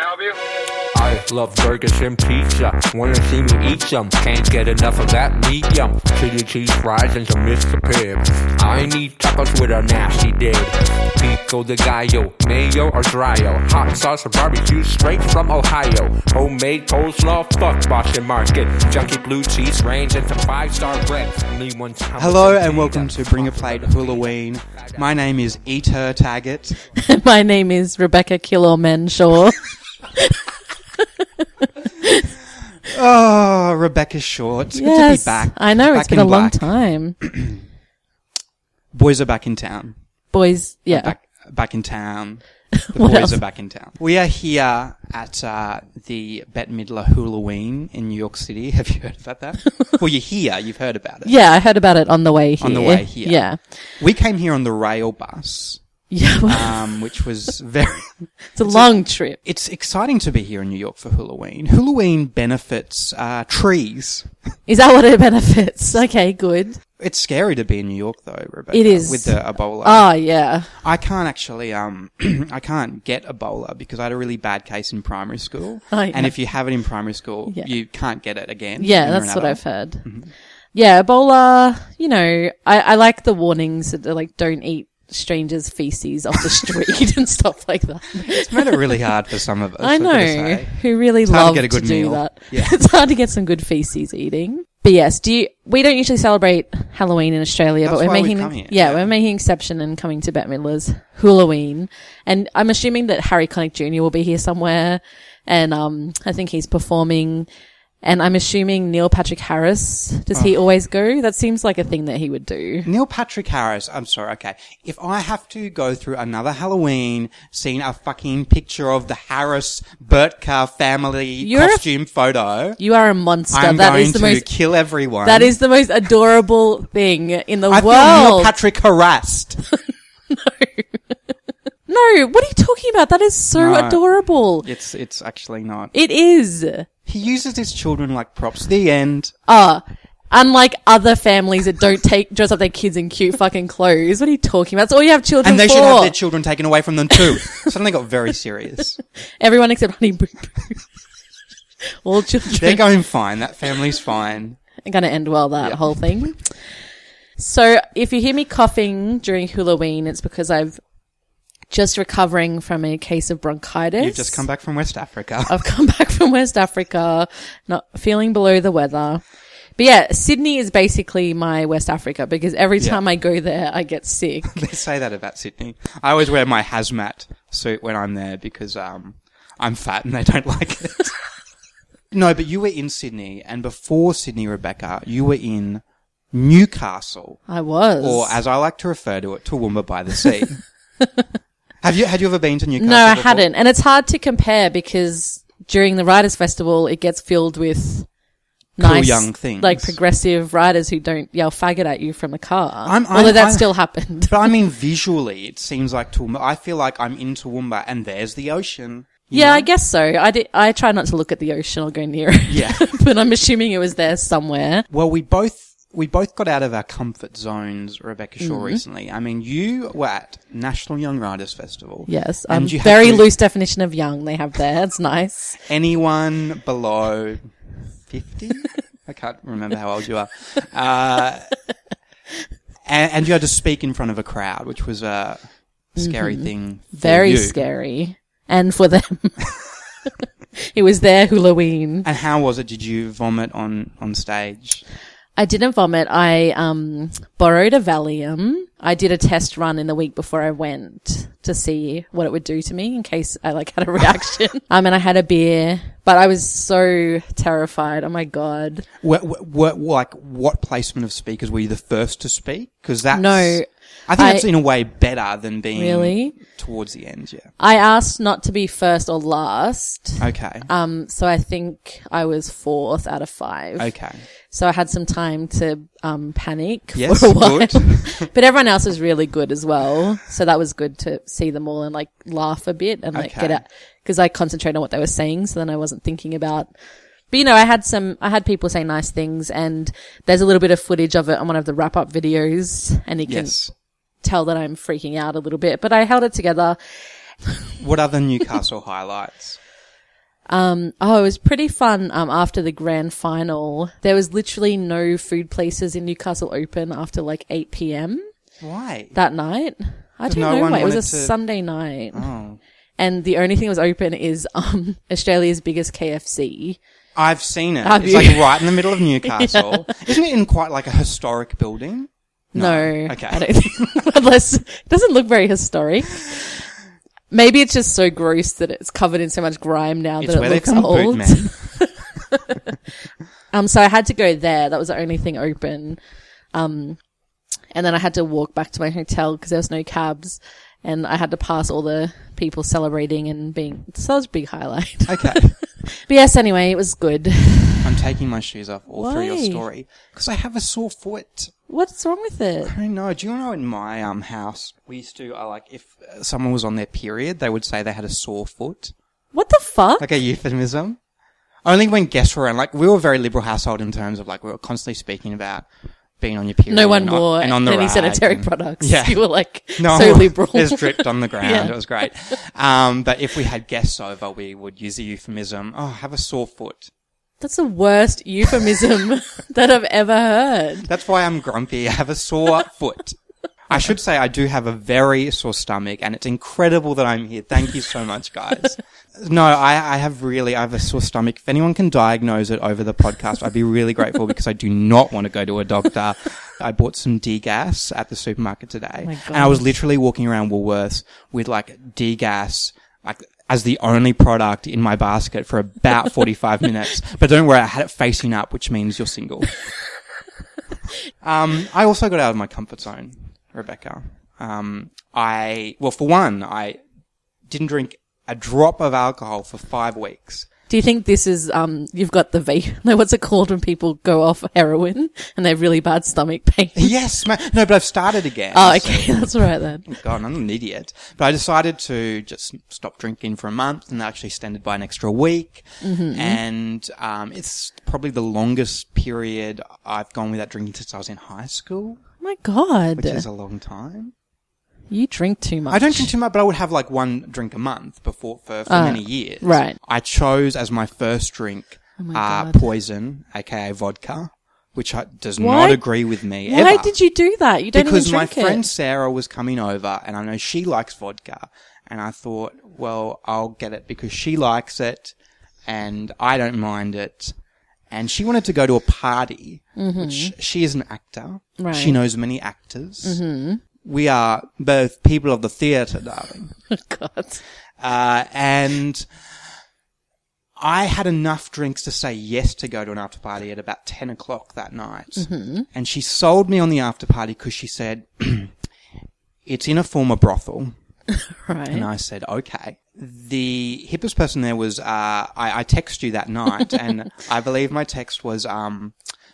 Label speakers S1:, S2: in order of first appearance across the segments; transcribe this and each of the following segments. S1: help you?
S2: I love burgers and pizza. Wanna see me eat some? Can't get enough of that medium. Chili cheese fries and some Mr. Pibb. I need tacos with a nasty dip. Pico de gallo, mayo or dryo. Hot sauce or barbecue straight from Ohio. Homemade coleslaw, fuck Boston Market. Junky blue cheese range and some five star bread. Only one time.
S3: Hello and welcome to Bring a Plate Halloween. My name is Eater Taggart.
S4: My name is Rebecca Kilomenshaw.
S3: Oh, Rebecca Short. Good to be back.
S4: I know
S3: Back
S4: it's been
S3: in
S4: a long
S3: black.
S4: time.
S3: Boys are back in town.
S4: Boys, yeah.
S3: Back, back in town. The
S4: What
S3: boys
S4: else?
S3: are back in town. We are here at uh, the Bette Midler Halloween in New York City. Have you heard about that? well, you're here. You've heard about it.
S4: Yeah, I heard about it on the way here.
S3: On the way here.
S4: Yeah.
S3: We came here on the rail bus,
S4: Yeah. well,
S3: um, which was very.
S4: it's a long trip.
S3: It's exciting to be here in New York for Halloween. Halloween benefits uh, trees.
S4: Is that what it benefits? Okay, good.
S3: It's scary to be in New York though, Rebecca.
S4: It is.
S3: with the Ebola.
S4: Oh, yeah.
S3: I can't actually. Um, I can't get Ebola because I had a really bad case in primary school,
S4: Oh, yeah.
S3: and if you have it in primary school,
S4: Yeah.
S3: you can't get it again.
S4: Yeah,
S3: when you're Mm-hmm. an
S4: that's what I've
S3: adult.
S4: heard. Yeah, Ebola, you know, I, I like the warnings that they're like, don't eat strangers' feces off the street and stuff like that.
S3: It's made it really hard for some of us.
S4: I
S3: I've gotta
S4: know
S3: say.
S4: who really
S3: hard to
S4: love
S3: get a
S4: to,
S3: good
S4: do
S3: meal.
S4: that.
S3: Yeah.
S4: it's hard to get some good feces eating. But yes, do you? We don't usually celebrate Halloween in Australia,
S3: That's
S4: but we're
S3: why we've
S4: making
S3: come here.
S4: Yeah,
S3: Yeah.
S4: we're making exception and coming to Bette Midler's Halloween, and I'm assuming that Harry Connick Jr. will be here somewhere, and um, I think he's performing. And I'm assuming Neil Patrick Harris. Does he
S3: Oh.
S4: always go? That seems like a thing that he would do.
S3: Neil Patrick Harris, I'm sorry, okay. If I have to go through another Halloween seeing a fucking picture of the Harris Burtka family
S4: You're a-
S3: costume photo,
S4: You are a monster.
S3: I'm
S4: that
S3: going
S4: is the
S3: to
S4: most.
S3: kill everyone.
S4: That is the most adorable thing in the
S3: I feel Neil
S4: world.
S3: Patrick harassed.
S4: No, what are you talking about? That is so
S3: No.
S4: adorable.
S3: It's it's actually not.
S4: It is.
S3: He uses his children like props. The end.
S4: Unlike other families that don't take dress up their kids in cute fucking clothes. What are you talking about? That's all you have children
S3: and they
S4: for.
S3: should have their children taken away from them too. Suddenly got very serious.
S4: Everyone except Honey Boo Boo. all
S3: They're
S4: children
S3: going fine. That family's fine.
S4: are going to end well, that whole thing. So if you hear me coughing during Halloween, it's because I've just recovering from a case of bronchitis.
S3: You've just come back from West Africa.
S4: I've come back from West Africa, not feeling below the weather. But yeah, Sydney is basically my West Africa because every
S3: Yeah.
S4: time I go there, I get sick.
S3: They say that about Sydney. I always wear my hazmat suit when I'm there because um, I'm fat and they don't like it. no, but you were in Sydney, and before Sydney, Rebecca, you were in Newcastle,
S4: I was.
S3: or as I like to refer to it, Toowoomba by the Sea. have you had you ever been to Newcastle?
S4: no, I
S3: before?
S4: hadn't. And it's hard to compare because during the Writers Festival, it gets filled with nice,
S3: young things.
S4: like progressive writers who don't yell faggot at you from the car.
S3: I'm- I'm-
S4: Although that
S3: I'm-
S4: still happened.
S3: But I mean, visually, it seems like Toowoomba. I feel like I'm in Toowoomba, and there's the ocean. you
S4: Yeah,
S3: know?
S4: I guess so. I, di- I try not to look at the ocean or go near it.
S3: Yeah.
S4: but I'm assuming it was there somewhere.
S3: Well, we both we both got out of our comfort zones, Rebecca Shaw,
S4: Mm-hmm.
S3: recently. I mean, you were at National Young Writers Festival.
S4: Yes, um,
S3: you had
S4: very
S3: to-
S4: loose definition of young they have there. It's nice.
S3: Anyone below fifty? I can't remember how old you are. Uh, and, and you had to speak in front of a crowd, which was a scary thing. for
S4: Mm-hmm. Very
S3: you.
S4: scary. And for them. it was their Halloween.
S3: And how was it? Did you vomit on on stage?
S4: I didn't vomit. I um, borrowed a Valium. I did a test run in the week before I went to see what it would do to me in case I like had a reaction. um, and I had a beer, but I was so terrified. Oh my God.
S3: What, what, like, what placement of speakers were you the first to speak? Because that's
S4: No,
S3: I think
S4: I-
S3: that's in a way better than being
S4: Really?
S3: towards the end. Yeah.
S4: I asked not to be first or last.
S3: Okay.
S4: Um, so I think I was fourth out of five.
S3: okay.
S4: So I had some time to um, panic
S3: Yes,
S4: for a while.
S3: good.
S4: but everyone else was really good as well. So that was good to see them all and like laugh a bit and like
S3: Okay.
S4: get out because I concentrated on what they were saying. So then I wasn't thinking about. But you know, I had some, I had people say nice things and there's a little bit of footage of it on one of the wrap up videos and you can
S3: Yes.
S4: tell that I'm freaking out a little bit, but I held it together.
S3: What other Newcastle highlights?
S4: Um, oh, it was pretty fun. Um, after the grand final, there was literally no food places in Newcastle open after like 8 p.m.
S3: Why?
S4: that night. I don't
S3: no
S4: know
S3: one
S4: why. It was a
S3: wanted to-
S4: Sunday night.
S3: oh.
S4: And the only thing that was open is, um, Australia's biggest KFC.
S3: I've seen it.
S4: Have
S3: it's
S4: you?
S3: like right in the middle of Newcastle. Isn't it in quite like a historic building?
S4: No.
S3: Okay.
S4: I don't think, unless it doesn't look very historic. Maybe it's just so gross that it's covered in so much grime now
S3: It's
S4: that
S3: where
S4: it
S3: they
S4: looks
S3: come boot
S4: old.
S3: men.
S4: Um, so I had to go there. That was the only thing open. Um, and then I had to walk back to my hotel because there was no cabs, and I had to pass all the people celebrating and being. So that was a big highlight.
S3: Okay.
S4: but yes, anyway, it was good.
S3: I'm taking my shoes off all through your
S4: Why?
S3: story because I have a sore foot.
S4: What's wrong with it?
S3: I know. Do you know in my um house we used to uh, like if uh, someone was on their period, they would say they had a sore foot,
S4: What the fuck?
S3: like a euphemism. Only when guests were around, like we were a very liberal household in terms of like we were constantly speaking about being on your period.
S4: no one
S3: and on-
S4: wore
S3: and on the
S4: any
S3: rag
S4: sanitary
S3: and-
S4: products.
S3: Yeah.
S4: You were like
S3: No,
S4: so liberal.
S3: There's dripped on the ground.
S4: Yeah.
S3: It was great. Um, but if we had guests over, we would use the euphemism, oh, have a sore foot.
S4: That's the worst euphemism that I've ever heard.
S3: That's why I'm grumpy. I have a sore foot. I should say I do have a very sore stomach and it's incredible that I'm here. Thank you so much, guys. No, I, I have really, I have a sore stomach. If anyone can diagnose it over the podcast, I'd be really grateful because I do not want to go to a doctor. I bought some D-gas at the supermarket today
S4: my
S3: and I was literally walking around Woolworths with like D-gas, like as the only product in my basket for about 45 minutes. But don't worry, I had it facing up, which means you're single. Um, I also got out of my comfort zone, Rebecca. Um, I, well, for one, I didn't drink a drop of alcohol for five weeks.
S4: Do you think this is um? You've got the vape. No, what's it called when people go off heroin and they have really bad stomach pain?
S3: Yes, ma- no, but I've started again.
S4: Oh,
S3: so-
S4: okay, that's all right then.
S3: God, I'm an idiot. But I decided to just stop drinking for a month and actually extended by an extra week. And um, it's probably the longest period I've gone without drinking since I was in high school,
S4: Oh my god,
S3: which is a long time.
S4: you drink too much.
S3: I don't drink too much, but I would have like one drink a month before for, for
S4: Ah,
S3: many years.
S4: right. Oh
S3: I chose as my first drink
S4: my
S3: uh,
S4: God.
S3: poison, aka vodka, which I, does
S4: Why-
S3: not agree with me.
S4: Why
S3: ever.
S4: did you do that? You don't
S3: Because
S4: even
S3: my
S4: drink it.
S3: friend Sarah was coming over, and I know she likes vodka, and I thought, well, I'll get it because she likes it, and I don't mind it. And she wanted to go to a party, which she is an actor.
S4: Mm-hmm. Right. Mm-hmm.
S3: She knows many actors. We are both people of the theatre, darling.
S4: Oh, God,
S3: Uh, and I had enough drinks to say yes to go to an after party at about 10 o'clock that night. And she sold me on the after party because she said, it's in a former brothel. And
S4: right?
S3: I said, okay. The hippest person there was, uh, I, I texted you that night, and I believe my text was, um,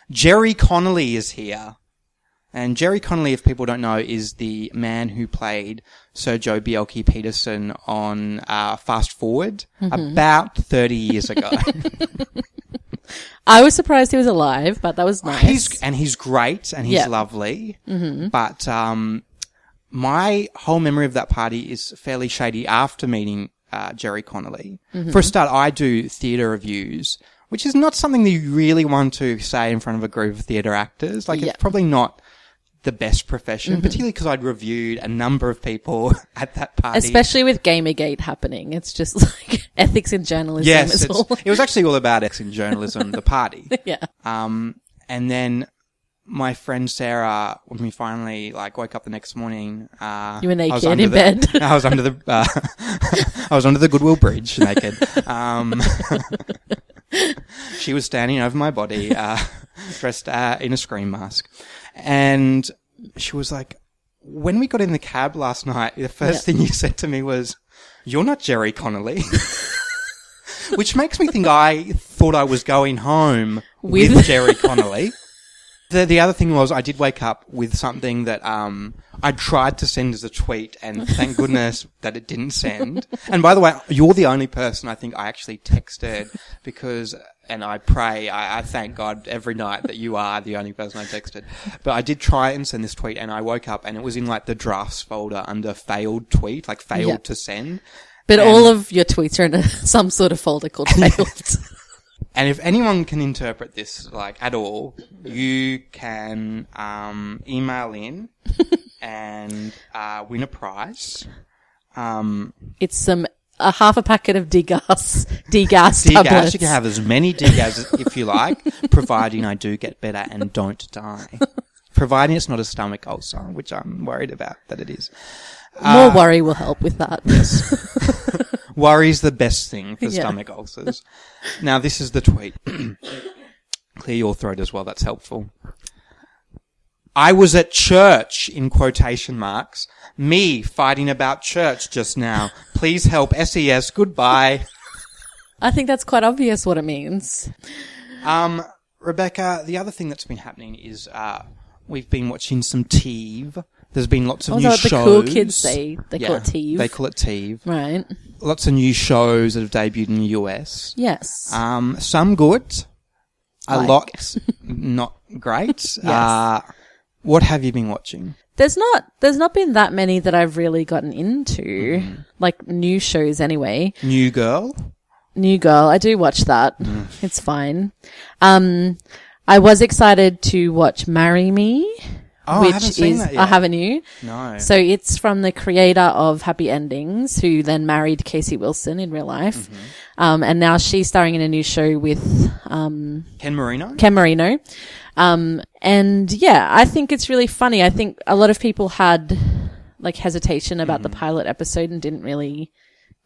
S3: Jerry Connolly is here. And Jerry Connolly, if people don't know, is the man who played Sergio Bielke Peterson on uh, Fast Forward about 30 years ago.
S4: I was surprised he was alive, but that was nice.
S3: Oh, he's and he's great and he's
S4: Yeah. Mm-hmm.
S3: lovely. But um, my whole memory of that party is fairly shady after meeting uh, Jerry Connolly.
S4: Mm-hmm.
S3: For a start, I do theatre reviews, which is not something that you really want to say in front of a group of theatre actors. Like
S4: Yeah. Mm-hmm.
S3: it's probably not. The best profession, particularly because I'd reviewed a number of people at that party.
S4: Especially with Gamergate happening, it's just like ethics in journalism
S3: yes,
S4: is
S3: it's-
S4: all.
S3: it was actually all about X in journalism, the party.
S4: yeah.
S3: Um, and then my friend Sarah, when we finally like woke up the next morning, uh,
S4: You were
S3: I was
S4: naked
S3: under
S4: in
S3: the-
S4: bed.
S3: I was under the uh, I was under the Goodwill Bridge naked. Um, she was standing over my body, uh, dressed uh, in a scream mask, and she was like, "When we got in the cab last night, the first thing you said to me was." You're not Jerry Connolly. Which makes me think I thought I was going home with,
S4: With-
S3: Jerry Connolly. The, the other thing was I did wake up with something that um, I tried to send as a tweet, and thank goodness that it didn't send. And by the way, you're the only person I think I actually texted because, and I pray, I, I thank God every night that you are the only person I texted. But I did try and send this tweet, and I woke up, and it was in like the drafts folder under failed tweet, like failed
S4: Yeah.
S3: to send.
S4: But
S3: And-
S4: all of your tweets are in a, some sort of folder called failed.
S3: And if anyone can interpret this like at all, you can um, email in and uh, win a prize. Um,
S4: it's some a half a packet of degas
S3: degas,
S4: degas tablets.
S3: you can have as many degas as- if you like, providing I do get better and don't die. providing it's not a stomach ulcer, which I'm worried about that it is. uh,
S4: More worry will help with that.
S3: Worry's the best thing for
S4: Yeah.
S3: stomach ulcers. Now, this is the tweet. Clear your throat as well. That's helpful. I was at church in quotation marks. Me fighting about church just now. Please help SES. Goodbye.
S4: I think that's quite obvious what it means.
S3: Um, Rebecca, the other thing that's been happening is uh, we've been watching some TEEV. There's been lots of
S4: Oh, is
S3: new
S4: that
S3: shows.
S4: what the cool kids say? They call it TEEV?
S3: They call it TEEV.
S4: Right.
S3: Lots of new shows that have debuted in the US.
S4: Yes.
S3: Um, some good, a
S4: Like.
S3: lot not great. uh, what have you been watching?
S4: there's not there's not been that many that I've really gotten into.
S3: Mm-hmm.
S4: Like new shows anyway.
S3: New Girl. Oh,
S4: New Girl, I do watch that.
S3: Mm.
S4: It's fine. Um I was excited to watch Marry Me.
S3: Oh,
S4: which
S3: I haven't seen
S4: is
S3: that yet.
S4: I haven't you.
S3: No.
S4: So it's from the creator of Happy Endings, who then married Casey Wilson in real life,
S3: Mm-hmm.
S4: um, and now she's starring in a new show with um,
S3: Ken Marino.
S4: Ken Marino. Um, and yeah, I think it's really funny. I think a lot of people had like hesitation about
S3: Mm.
S4: the pilot episode and didn't really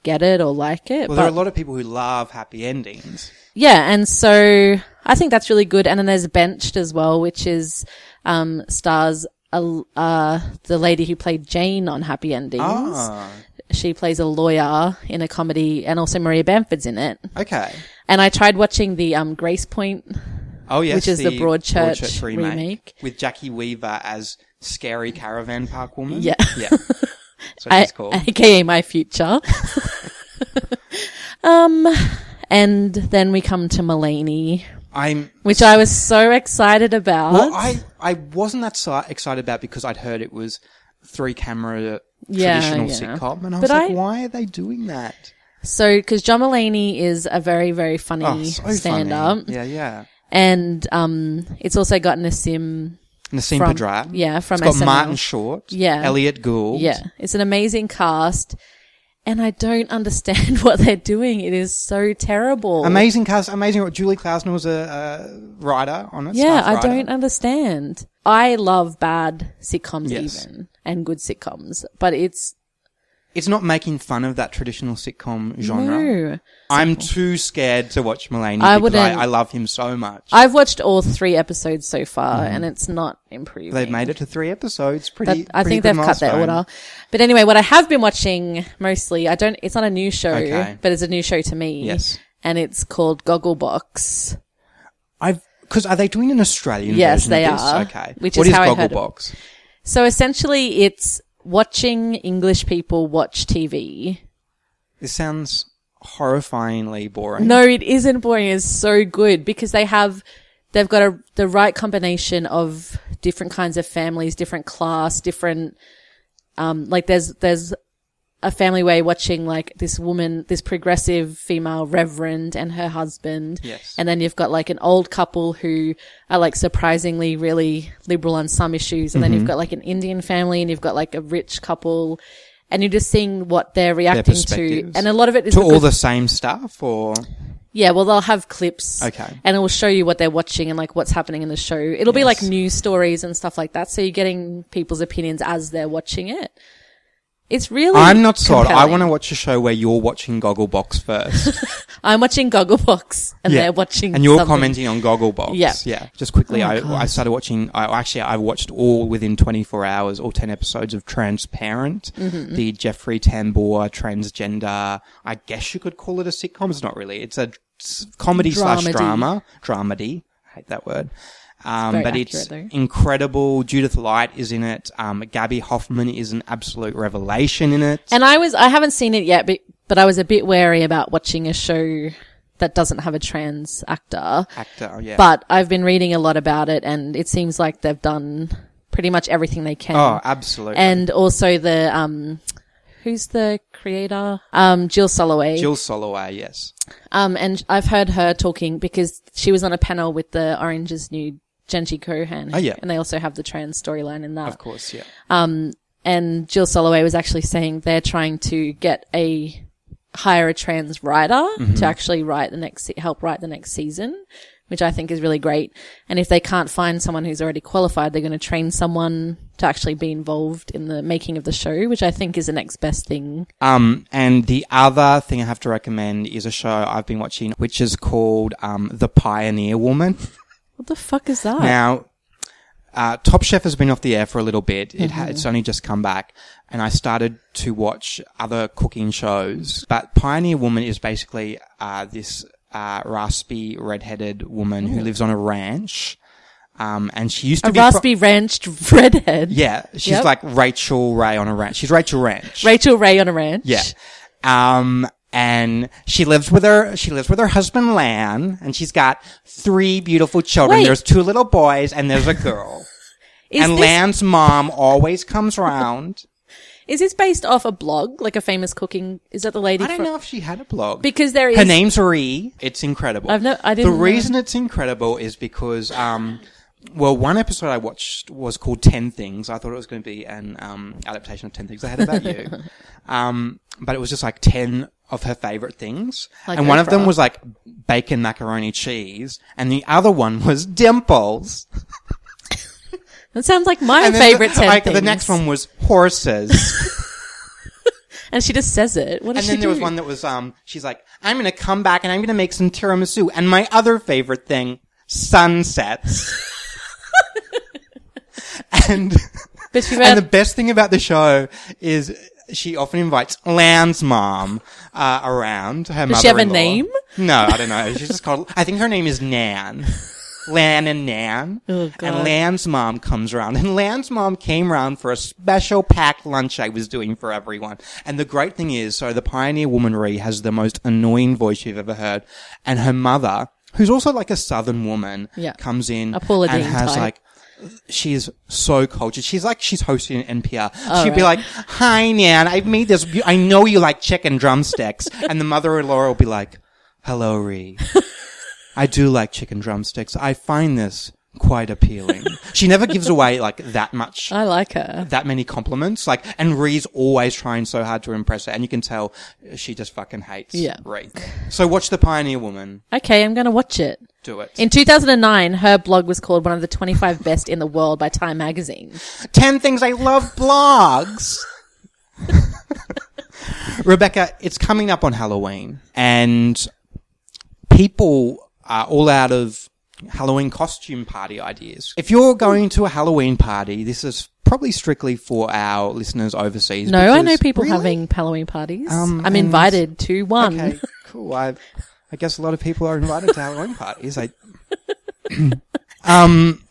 S4: get it or like
S3: well,
S4: it. but
S3: there are a lot of people who love happy endings.
S4: yeah, and so I think that's really good. And then there's Benched as well, which is um, stars a, uh, the lady who played Jane on Happy Endings.
S3: Ah,
S4: She plays a lawyer in a comedy, and also Maria Bamford's in it.
S3: okay.
S4: And I tried watching the um, Grace Point.
S3: Oh yes,
S4: Which is the Broadchurch remake.
S3: with Jackie Weaver as scary caravan park woman.
S4: Yeah.
S3: yeah. That's what
S4: I,
S3: she's called.
S4: aka my future. um, and then we come to Mulaney,
S3: I'm
S4: which I was so excited about.
S3: Well, I, I wasn't that si- excited about because I'd heard it was three camera
S4: Yeah,
S3: traditional
S4: yeah.
S3: sitcom, and I was
S4: But
S3: like,
S4: I-
S3: why are they doing that?
S4: so, because John Mulaney is a very, very funny
S3: Oh, so
S4: stand
S3: funny.
S4: up,
S3: Yeah, yeah.
S4: and um, it's also gotten a sim.
S3: Nassim
S4: From-
S3: Pedratt.
S4: yeah, from
S3: it's got
S4: SNL.
S3: Martin Short.
S4: Yeah.
S3: Elliot Gould.
S4: Yeah, it's an amazing cast, and I don't understand what they're doing. It is so terrible.
S3: Amazing cast. Amazing. Julie Klausner was a, a writer on it.
S4: Yeah,
S3: staff
S4: I
S3: writer.
S4: don't understand. I love bad sitcoms
S3: Yes.
S4: even and good sitcoms, but it's
S3: It's not making fun of that traditional sitcom genre.
S4: no.
S3: I'm too scared to watch Mulaney
S4: I
S3: because I,
S4: wouldn't-
S3: I love him so much.
S4: I've watched all three episodes so far, and it's not improving.
S3: Mm-hmm. they've made it to three episodes.
S4: That-
S3: Pretty.
S4: I
S3: pretty
S4: think
S3: good
S4: they've cut their
S3: milestone.
S4: order. But anyway, what I have been watching mostly, I don't. It's not a new show,
S3: Okay.
S4: but it's a new show to me.
S3: Yes.
S4: and it's called Gogglebox.
S3: I've because are they doing an Australian
S4: Yes,
S3: version
S4: they
S3: of this?
S4: are,
S3: Okay,
S4: which
S3: what
S4: is
S3: is
S4: how I heard it.
S3: Gogglebox?
S4: So essentially, it's watching English people watch TV.
S3: This sounds horrifyingly boring.
S4: No, it isn't boring. It's so good because they have, they've got a, the right combination of different kinds of families, different class, different, um, like there's, there's a family way watching like this woman, this progressive female reverend and her husband.
S3: Yes.
S4: And then you've got like an old couple who are like surprisingly really liberal on some issues. And then
S3: Mm-hmm.
S4: you've got like an Indian family and you've got like a rich couple. And you're just seeing what they're reacting to.
S3: perspectives.
S4: And a lot of it is
S3: to
S4: a
S3: all
S4: good
S3: the same stuff, or
S4: yeah, well, they'll have clips.
S3: Okay.
S4: And it will show you what they're watching and like what's happening in the show. It'll be like news stories and stuff like that. So you're getting people's opinions as they're watching it. It's really.
S3: I'm not sold. I
S4: compelling.
S3: want to watch a show where you're watching Gogglebox first,
S4: I'm watching Gogglebox and
S3: Yeah.
S4: they're watching.
S3: and you're
S4: something.
S3: commenting on Gogglebox.
S4: Yeah.
S3: yeah. Just quickly,
S4: Oh my
S3: I, I
S4: gosh.
S3: started watching. I actually I watched all within 24 hours, all 10 episodes of Transparent,
S4: Mm-hmm.
S3: the Jeffrey Tambor transgender. I guess you could call it a sitcom. It's not really. It's a s- comedy slash
S4: Dramedy.
S3: drama, dramedy. I hate that word. Um,
S4: very
S3: but
S4: accurate,
S3: it's
S4: though.
S3: incredible. Judith Light is in it. Um, Gabby Hoffman is an absolute revelation in it.
S4: And I was, I haven't seen it yet, but, but I was a bit wary about watching a show that doesn't have a trans actor.
S3: Actor, yeah.
S4: But I've been reading a lot about it and it seems like they've done pretty much everything they can.
S3: oh, absolutely.
S4: and also the um who's the creator? Um, Jill Soloway.
S3: Jill Soloway, yes.
S4: Um, and I've heard her talking because she was on a panel with the Orange's new Genji Kohan.
S3: Oh, yeah.
S4: And they also have the trans storyline in that.
S3: Of course, yeah.
S4: And Jill Soloway was actually saying they're trying to get a, hire a trans writer
S3: Mm-hmm.
S4: to actually write the next, se- help write the next season, which I think is really great. And if they can't find someone who's already qualified, they're going to train someone to actually be involved in the making of the show, which I think is the next best thing.
S3: Um, and the other thing I have to recommend is a show I've been watching, which is called um, The Pioneer Woman.
S4: What the fuck is that?
S3: Now, uh, Top Chef has been off the air for a little bit. It
S4: Mm-hmm.
S3: ha- it's only just come back, and I started to watch other cooking shows. But Pioneer Woman is basically uh, this uh, raspy, redheaded woman who lives on a ranch, um, and she used to
S4: Mm-hmm. a
S3: be pro-
S4: raspy ranched redhead.
S3: yeah, she's
S4: Yep.
S3: like Rachel Ray on a ranch. She's Rachel Ranch.
S4: Rachel Ray on a ranch.
S3: Yeah. Um, and she lives with her, she lives with her husband Lan, and she's got three beautiful children.
S4: Wait.
S3: There's two little boys and there's a girl.
S4: Is
S3: and
S4: this,
S3: Lan's mom always comes round.
S4: is this based off a blog, like a famous cooking? Is that the lady?
S3: I don't
S4: from-
S3: know if she had a blog.
S4: Because there is.
S3: her name's Ree. It's incredible.
S4: I've no- I
S3: The
S4: didn't know.
S3: reason it's incredible is because, um, well, one episode I watched was called Ten Things. I thought it was going to be an um, adaptation of Ten Things I Had About You, um, but it was just like ten of her favorite things,
S4: Like
S3: and one of them
S4: Oprah.
S3: was like bacon, macaroni, cheese, and the other one was dimples.
S4: That sounds like my
S3: And then
S4: favorite
S3: the,
S4: ten
S3: like the
S4: things.
S3: next one was horses.
S4: and she just says it. What
S3: And
S4: does she
S3: then there was
S4: do?
S3: one that was, um, she's like, I'm gonna come back and I'm gonna make some tiramisu. And my other favorite thing, sunsets. and,
S4: But she
S3: and the
S4: read,
S3: best thing about the show is she often invites Lan's mom, uh, around her
S4: Does she have a
S3: mother-in-law.
S4: name?
S3: No, I don't know. She's just called, I think her name is Nan. Lan and Nan.
S4: Oh, God.
S3: And Lan's mom comes around. And Lan's mom came around for a special packed lunch I was doing for everyone. And the great thing is, so the pioneer woman Ree has the most annoying voice you've ever heard. And her mother, who's also like a southern woman,
S4: Yeah.
S3: comes in
S4: A Paula
S3: and
S4: Deen
S3: has
S4: type.
S3: like She's so cultured. She's like she's hosting an NPR. She'd be
S4: right.
S3: like, "Hi, Nan. I've made this. beau- I know you like chicken drumsticks." and the mother-in-law will be like, "Hello, Ree. I do like chicken drumsticks. I find this quite appealing." she never gives away like that much
S4: I like her.
S3: that many compliments. Like, and Ree's always trying so hard to impress her, and you can tell she just fucking hates
S4: Yeah.
S3: Ree. So watch The Pioneer Woman.
S4: Okay, I'm going to watch it.
S3: Do it.
S4: In 2009, her blog was called one of the 25 best in the world by Time magazine.
S3: Ten things I love blogs. Rebecca, it's coming up on Halloween, and people are all out of Halloween costume party ideas. If you're going to a Halloween party, this is probably strictly for our listeners overseas.
S4: No, I
S3: because-
S4: know people
S3: Really?
S4: having Halloween parties.
S3: Um,
S4: I'm
S3: and-
S4: invited to one.
S3: Okay, cool. I, I guess a lot of people are invited to Halloween parties. I, um,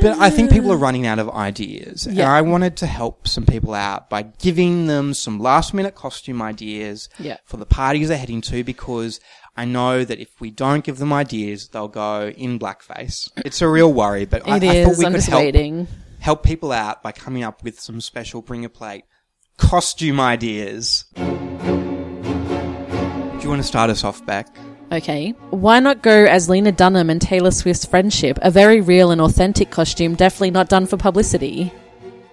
S3: but I think people are running out of ideas, and
S4: Yeah.
S3: I wanted to help some people out by giving them some last-minute costume ideas
S4: Yeah.
S3: for the parties they're heading to because. I know that if we don't give them ideas, they'll go in blackface. It's a real worry, but I,
S4: It
S3: I thought
S4: is.
S3: we
S4: I'm
S3: could
S4: just
S3: help
S4: waiting.
S3: help people out by coming up with some special bring a plate costume ideas. Do you want to start us off, Beck?
S4: Okay. Why not go as Lena Dunham and Taylor Swift's friendship? A very real and authentic costume, definitely not done for publicity.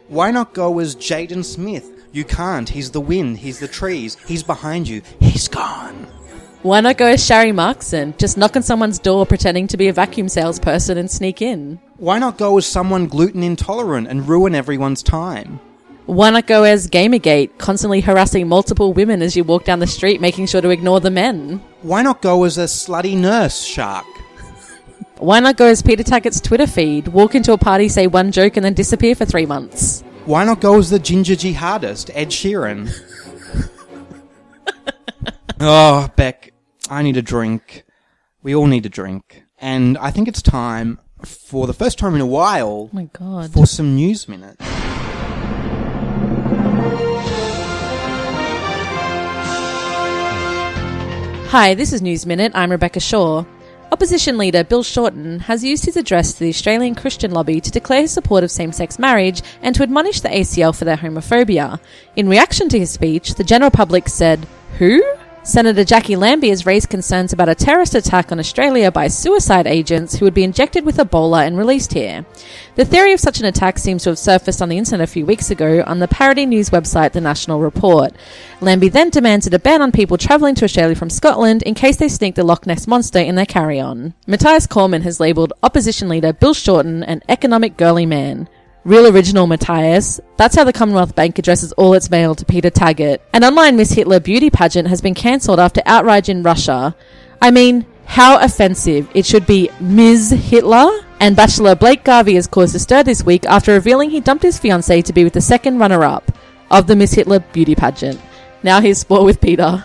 S3: Why not go as Jaden Smith? You can't. He's the wind. He's the trees. He's behind you. He's gone.
S4: Why not go as Shari Markson? Just knock on someone's door pretending to be a vacuum salesperson and sneak in.
S3: Why not go as someone gluten intolerant and ruin everyone's time?
S4: Why not go as Gamergate, constantly harassing multiple women as you walk down the street, making sure to ignore the men?
S3: Why not go as a slutty nurse shark?
S4: Why not go as Peter Tackett's Twitter feed, walk into a party, say one joke, and then disappear for three months?
S3: Why not go as the ginger jihadist, Ed Sheeran? oh, Beck, I need a drink. We all need a drink. And I think it's time, for the first time in a while,
S4: Oh my god.
S3: for some news minute.
S4: Hi, this is News Minute. I'm Rebecca Shaw. Opposition leader Bill Shorten has used his address to the Australian Christian lobby to declare his support of same sex marriage and to admonish the ACL for their homophobia. In reaction to his speech, the general public said, Who? Senator Jackie Lambie has raised concerns about a terrorist attack on Australia by suicide agents who would be injected with Ebola and released here. The theory of such an attack seems to have surfaced on the internet a few weeks ago on the parody news website The National Report. Lambie then demanded a ban on people travelling to Australia from Scotland in case they sneak the Loch Ness monster in their carry-on. Matthias Cormann has labelled opposition leader Bill Shorten an economic girly man. Real original Matthias. That's how the Commonwealth Bank addresses all its mail to Peter Taggart. An online Miss Hitler beauty pageant has been cancelled after outrage in Russia. I mean, how offensive. It should be Ms. Hitler. And Bachelor Blake Garvey has caused a stir this week after revealing he dumped his fiancée to be with the second runner up of the Miss Hitler beauty pageant. Now here's sport with Peter.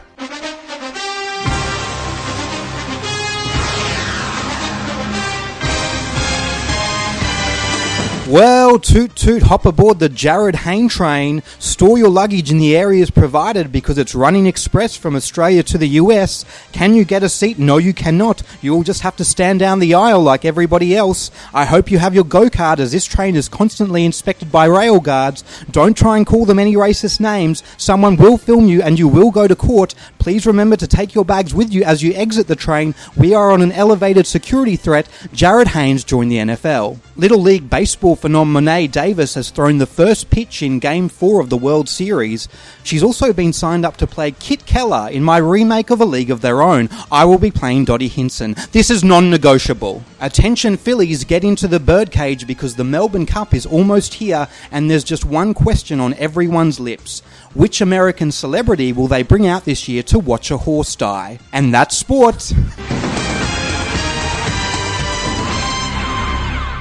S3: Well, toot toot, hop aboard the Jared Hain train. Store your luggage in the areas provided because it's running express from Australia to the US. Can you get a seat? No, you cannot. You'll just have to stand down the aisle like everybody else. I hope you have your go kart as this train is constantly inspected by rail guards. Don't try and call them any racist names. Someone will film you and you will go to court. Please remember to take your bags with you as you exit the train. We are on an elevated security threat. Jared Haynes joined the NFL. Little League Baseball phenomenon Monet Davis has thrown the first pitch in Game 4 of the World Series. She's also been signed up to play Kit Keller in my remake of A League of Their Own. I will be playing Dottie Hinson. This is non negotiable. Attention, Phillies, get into the birdcage because the Melbourne Cup is almost here and there's just one question on everyone's lips. Which American celebrity will they bring out this year to watch a horse die? And that's sport.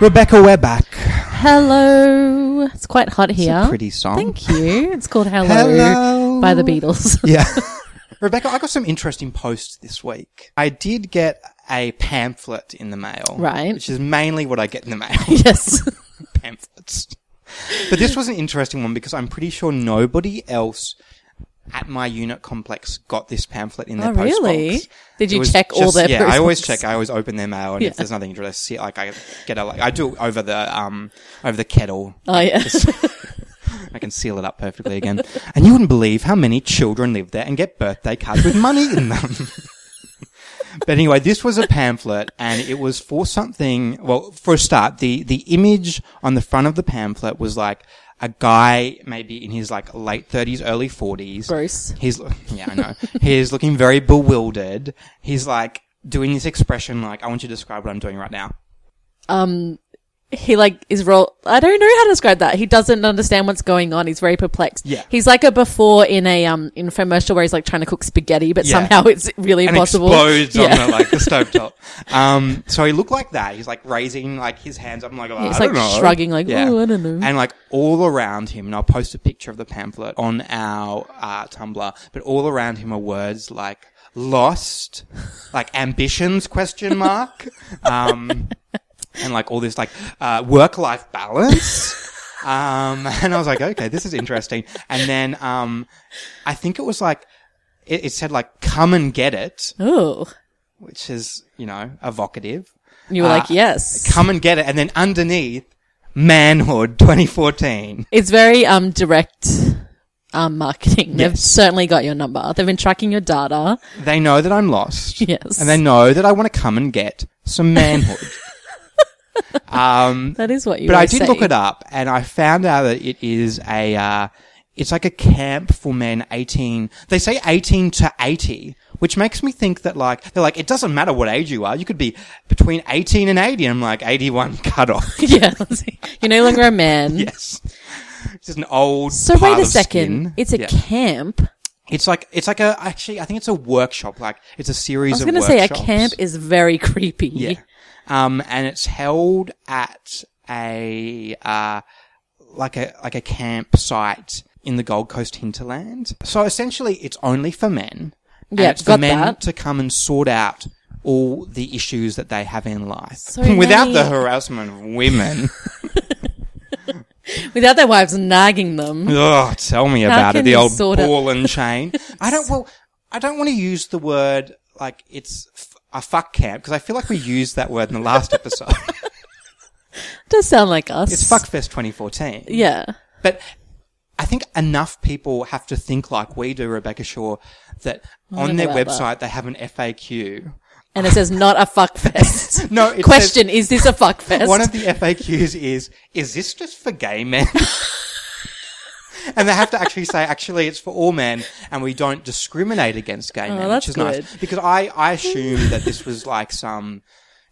S3: Rebecca, we're back.
S4: Hello. It's quite hot here.
S3: pretty song.
S4: Thank you. It's called Hello,
S3: Hello.
S4: by the Beatles.
S3: Yeah. Rebecca, I got some interesting posts this week. I did get a pamphlet in the mail.
S4: Right.
S3: Which is mainly what I get in the mail
S4: yes.
S3: pamphlets. But this was an interesting one because I'm pretty sure nobody else at my unit complex got this pamphlet in their
S4: Oh,
S3: postbox.
S4: really? Did you
S3: It was
S4: check all their
S3: Yeah, I always
S4: postbox?
S3: check. I always open their mail, and
S4: Yeah.
S3: if there's nothing interesting, I see, like I get a like I do it over the um over the kettle.
S4: Oh, yeah.
S3: I can seal it up perfectly again. And you wouldn't believe how many children live there and get birthday cards with money in them. but anyway, this was a pamphlet and it was for something. Well, for a start, the, the image on the front of the pamphlet was like a guy maybe in his like late thirties, early forties.
S4: Gross.
S3: He's, lo- yeah, I know. He's looking very bewildered. He's like doing this expression like, I want you to describe what I'm doing right now.
S4: um he like is roll I don't know how to describe that. He doesn't understand what's going on. He's very perplexed.
S3: Yeah.
S4: He's like a before in a um infomercial where he's like trying to cook spaghetti but
S3: Yeah.
S4: somehow it's really
S3: and
S4: impossible.
S3: explodes
S4: yeah.
S3: on the, like the stove top. Um, so he looked like that. He's like raising like his hands up. I'm like, oh,
S4: He's
S3: I
S4: like
S3: don't know.
S4: shrugging like, "Ooh, I don't know."
S3: And like all around him, and I'll post a picture of the pamphlet on our uh, Tumblr. But all around him are words like lost, like ambitions question mark, um, and like all this like uh, work life balance. Um, and I was like, okay, this is interesting. And then, um, I think it was like, it, it said like, come and get it
S4: Oh.
S3: which is, you know, evocative.
S4: You were
S3: Uh,
S4: like, "Yes."
S3: Come and get it. And then underneath, manhood 2014.
S4: it's very um direct um marketing. They've
S3: Yes.
S4: certainly got your number. They've been tracking your data.
S3: They know that I'm lost.
S4: Yes.
S3: And they know that I want to come and get some manhood. um,
S4: That is what you
S3: but I
S4: always
S3: did
S4: say.
S3: look it up and I found out that it is a, uh, it's like a camp for men 18, they say 18 to 80, which makes me think that like, they're like, it doesn't matter what age you are. You could be between 18 and 80. And I'm like, 81 cut off.
S4: yeah. You're no longer a man.
S3: Yes. It's just an old.
S4: So
S3: pile
S4: wait a
S3: of
S4: second.
S3: skin.
S4: It's a
S3: Yeah.
S4: camp.
S3: It's like it's like a actually I think it's a workshop. Like it's a series.
S4: I was
S3: going
S4: going
S3: to
S4: to say a camp is very creepy.
S3: Yeah. Um, and it's held at a uh, like a like a campsite in the Gold Coast hinterland. So essentially, it's only for men. and
S4: Yeah,
S3: it's for
S4: got
S3: men
S4: that.
S3: to come and sort out all the issues that they have in life
S4: So
S3: without
S4: many-
S3: the harassment of women.
S4: Without their wives nagging them.
S3: Oh, tell me about it.
S4: can
S3: The
S4: you
S3: old
S4: sort it-
S3: ball and chain. I don't. Well, I don't want to use the word like it's f- a fuck camp because I feel like we used that word in the last episode.
S4: Does sound like us.
S3: it's Fuckfest 2014.
S4: Yeah.
S3: But I think enough people have to think like we do, Rebecca Shaw, that on their
S4: about
S3: website they have an FAQ.
S4: And it says not a fuck fest.
S3: No, it
S4: Question, is this a fuck fest?
S3: One of the FAQs is, is this just for gay men? and they have to actually say, actually, it's for all men, and we don't discriminate against gay men,
S4: Oh, that's
S3: which is nice.
S4: good.
S3: Because I, I assume that this was like some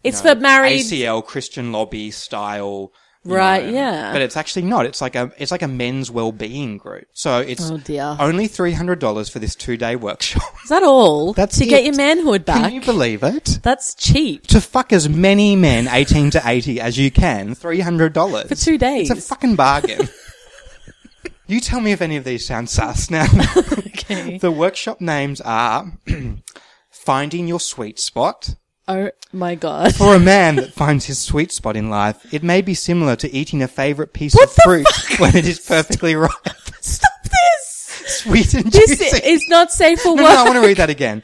S4: it's
S3: know,
S4: for married.
S3: ACL Christian lobby style. you
S4: Right, yeah.
S3: But it's actually not. It's like a it's like a men's well being group. So it's
S4: Oh, dear.
S3: only three hundred dollars for this two day workshop.
S4: Is that all?
S3: That's
S4: to get
S3: it.
S4: your manhood back.
S3: Can you believe it?
S4: That's cheap.
S3: To fuck as many men eighteen to eighty as you can, three hundred dollars.
S4: For two days.
S3: It's a fucking bargain. you tell me if any of these sound sus now.
S4: Okay.
S3: the workshop names are Finding Your Sweet Spot.
S4: Oh my god.
S3: For a man that finds his sweet spot in life, it may be similar to eating a favorite piece
S4: What
S3: of
S4: the
S3: fruit when it is perfectly ripe,
S4: Stop this.
S3: sweet and
S4: This
S3: juicy.
S4: is not safe for
S3: no,
S4: work.
S3: no, I want to read that again.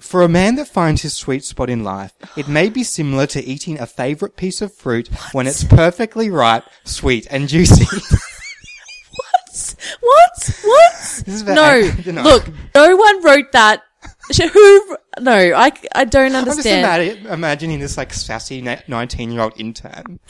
S3: For a man that finds his sweet spot in life, it may be similar to eating a favorite piece of fruit when it's perfectly ripe, sweet and juicy.
S4: What? What?
S3: This is about
S4: no.
S3: eight- you know.
S4: Look, no one wrote that. Sh- Who? No, I, I don't
S3: I'm just
S4: understand.
S3: imagine, imagining this like sassy nineteen-year-old intern.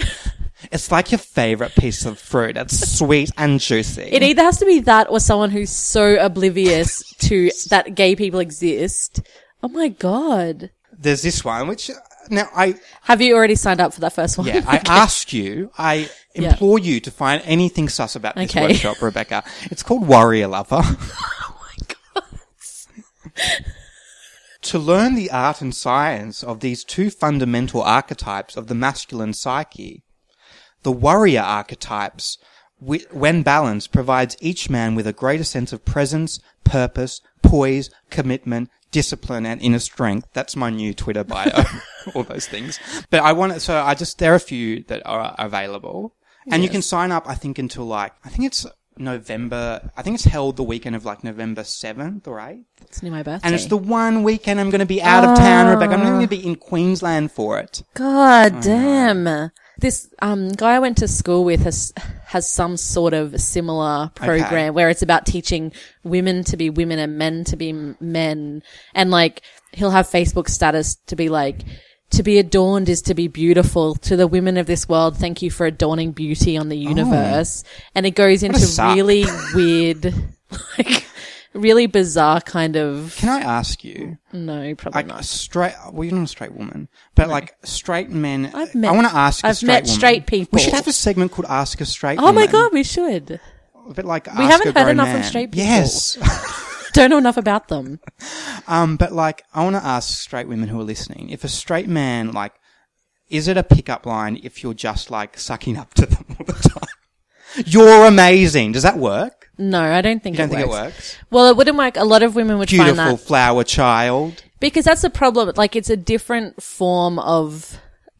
S3: It's like your favorite piece of fruit. It's sweet and juicy.
S4: It either has to be that or someone who's so oblivious to that gay people exist. Oh my god.
S3: There's this one, which uh, now I
S4: Have you already signed up for that first one?
S3: Yeah, I ask you, I
S4: Yeah.
S3: implore you to find anything sus about this
S4: Okay. Oh
S3: workshop, Rebecca. It's called Warrior Lover. To learn the art and science of these two fundamental archetypes of the masculine psyche, the warrior archetypes, whi- when balanced, provides each man with a greater sense of presence, purpose, poise, commitment, discipline, and inner strength. That's my new Twitter bio. all those things. But I want to, so I just, there are a few that are available. And you can sign up, I think, until like, I think it's November, I think it's held the weekend of like November 7th or 8th.
S4: It's near my birthday.
S3: And it's the one weekend I'm going to be out of town, Rebecca. I'm not going to be in Queensland for it.
S4: God damn. This um, guy I went to school with has has some sort of similar program
S3: Okay.
S4: where it's about teaching women to be women and men to be m- men, and like he'll have Facebook status to be like. To be adorned is to be beautiful. To the women of this world, thank you for adorning beauty on the universe. And it goes into
S3: Oh. suck.
S4: really weird, like, really bizarre kind of.
S3: Can I ask you,
S4: No, probably
S3: like
S4: not.
S3: a straight, well, you're not a straight woman, but like straight men.
S4: I've met-
S3: I want to ask a
S4: I've
S3: straight
S4: met
S3: woman.
S4: straight people.
S3: We should have a segment called Ask a Straight
S4: Oh my
S3: Woman.
S4: god, we should.
S3: But like, we
S4: haven't heard enough from straight people.
S3: Yes.
S4: Don't know enough about them.
S3: Um, but like, I want to ask straight women who are listening: if a straight man, like, is it a pickup line if you're just like sucking up to them all the time? You're amazing. Does that work?
S4: No, I don't think,
S3: You don't
S4: it,
S3: think
S4: works.
S3: it works?
S4: Well, it wouldn't work. A lot of women would find
S3: Beautiful
S4: that
S3: flower child.
S4: because that's the problem. Like, it's a different form of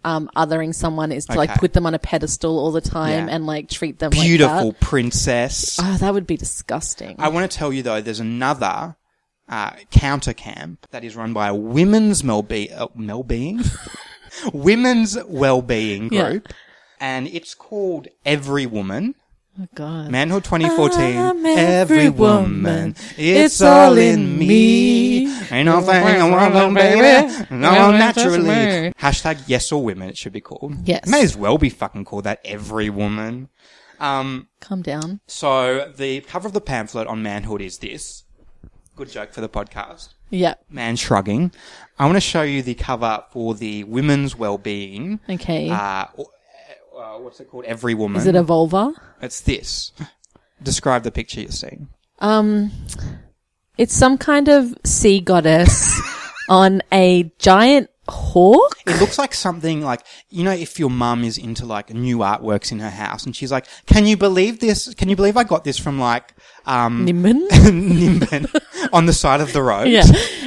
S4: um, othering someone is to like
S3: Okay.
S4: put them on a pedestal all the time
S3: Yeah.
S4: and like treat them
S3: Beautiful
S4: Like
S3: princess.
S4: that. Oh, that would be disgusting.
S3: I want to tell you though, there's another uh, counter camp that is run by a women's melbe- uh, well-being, women's well-being
S4: Yeah.
S3: group, and it's called Every Woman.
S4: oh God.
S3: Manhood 2014.
S4: I'm
S3: every,
S4: every
S3: woman,
S4: woman.
S3: it's,
S4: It's
S3: all
S4: all
S3: in
S4: in
S3: me.
S4: me.
S3: Ain't no thing I want,
S4: Woman,
S3: baby.
S4: baby.
S3: No,
S4: Woman, just
S3: naturally.
S4: me.
S3: Hashtag yes all women. It should be called.
S4: Yes.
S3: May as well be fucking called that. Every woman. Um.
S4: Calm down.
S3: So the cover of the pamphlet on manhood is this. Good joke for the podcast.
S4: Yeah.
S3: Man shrugging. I want to show you the cover for the women's well-being.
S4: Okay.
S3: Uh, or- uh, what's it called? Every woman.
S4: is it a vulva?
S3: It's this. Describe the picture you're seeing.
S4: Um, it's some kind of sea goddess on a giant hawk.
S3: It looks like something like, you know, if your mum is into like new artworks in her house and she's like, can you believe this? Can you believe I got this from like, um,
S4: Nimbin.
S3: Nimbin on the side of the road?
S4: Yeah.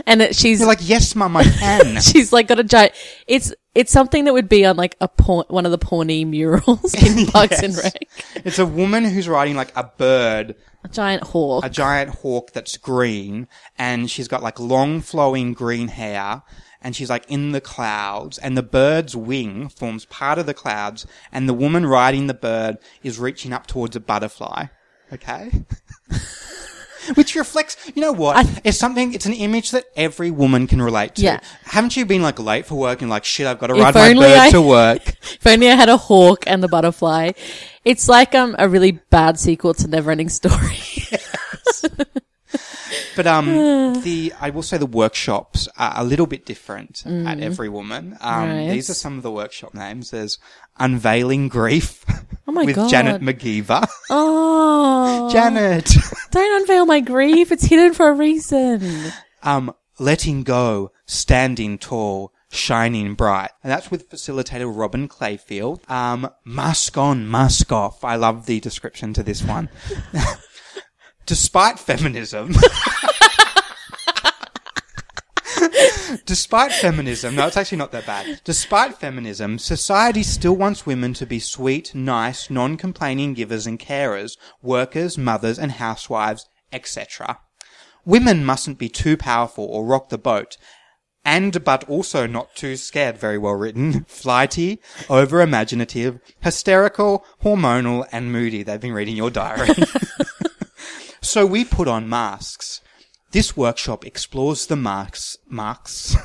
S4: And it, she's
S3: You're like, yes, mum, I can.
S4: She's like got a giant. It's it's something that would be on like a por- one of the Pawnee murals in Parks and
S3: Yes.
S4: Rec.
S3: It's a woman who's riding like a bird,
S4: A giant hawk.
S3: a giant hawk that's green, and she's got like long flowing green hair, and she's like in the clouds and the bird's wing forms part of the clouds and the woman riding the bird is reaching up towards a butterfly. Okay? Which reflects, you know what?
S4: I-
S3: it's something, it's an image that every woman can relate to.
S4: Yeah.
S3: Haven't you been like late for work and like, shit, I've got to
S4: If
S3: ride my
S4: only
S3: bird
S4: I-
S3: to work?
S4: If only I had a hawk and the butterfly. It's like um a really bad sequel to Neverending Story.
S3: But um, the I will say the workshops are a little bit different at every woman. Um,
S4: Mm. Right.
S3: These are some of the workshop names. There's Unveiling Grief
S4: Oh my
S3: with
S4: God.
S3: Janet McGeever.
S4: oh,
S3: Janet.
S4: don't unveil my grief. It's hidden for a reason.
S3: Um, Letting Go, Standing Tall, Shining Bright. And that's with facilitator Robin Clayfield. Um, mask on, mask off. I love the description to this one. Despite feminism. Despite feminism, no, it's actually not that bad. Despite feminism, society still wants women to be sweet, nice, non-complaining givers and carers, workers, mothers and housewives, etc. Women mustn't be too powerful or rock the boat, and but also not too scared, very well written, flighty, over imaginative, hysterical, hormonal, and moody. They've been reading your diary. so we put on masks. This workshop explores the marks, marks,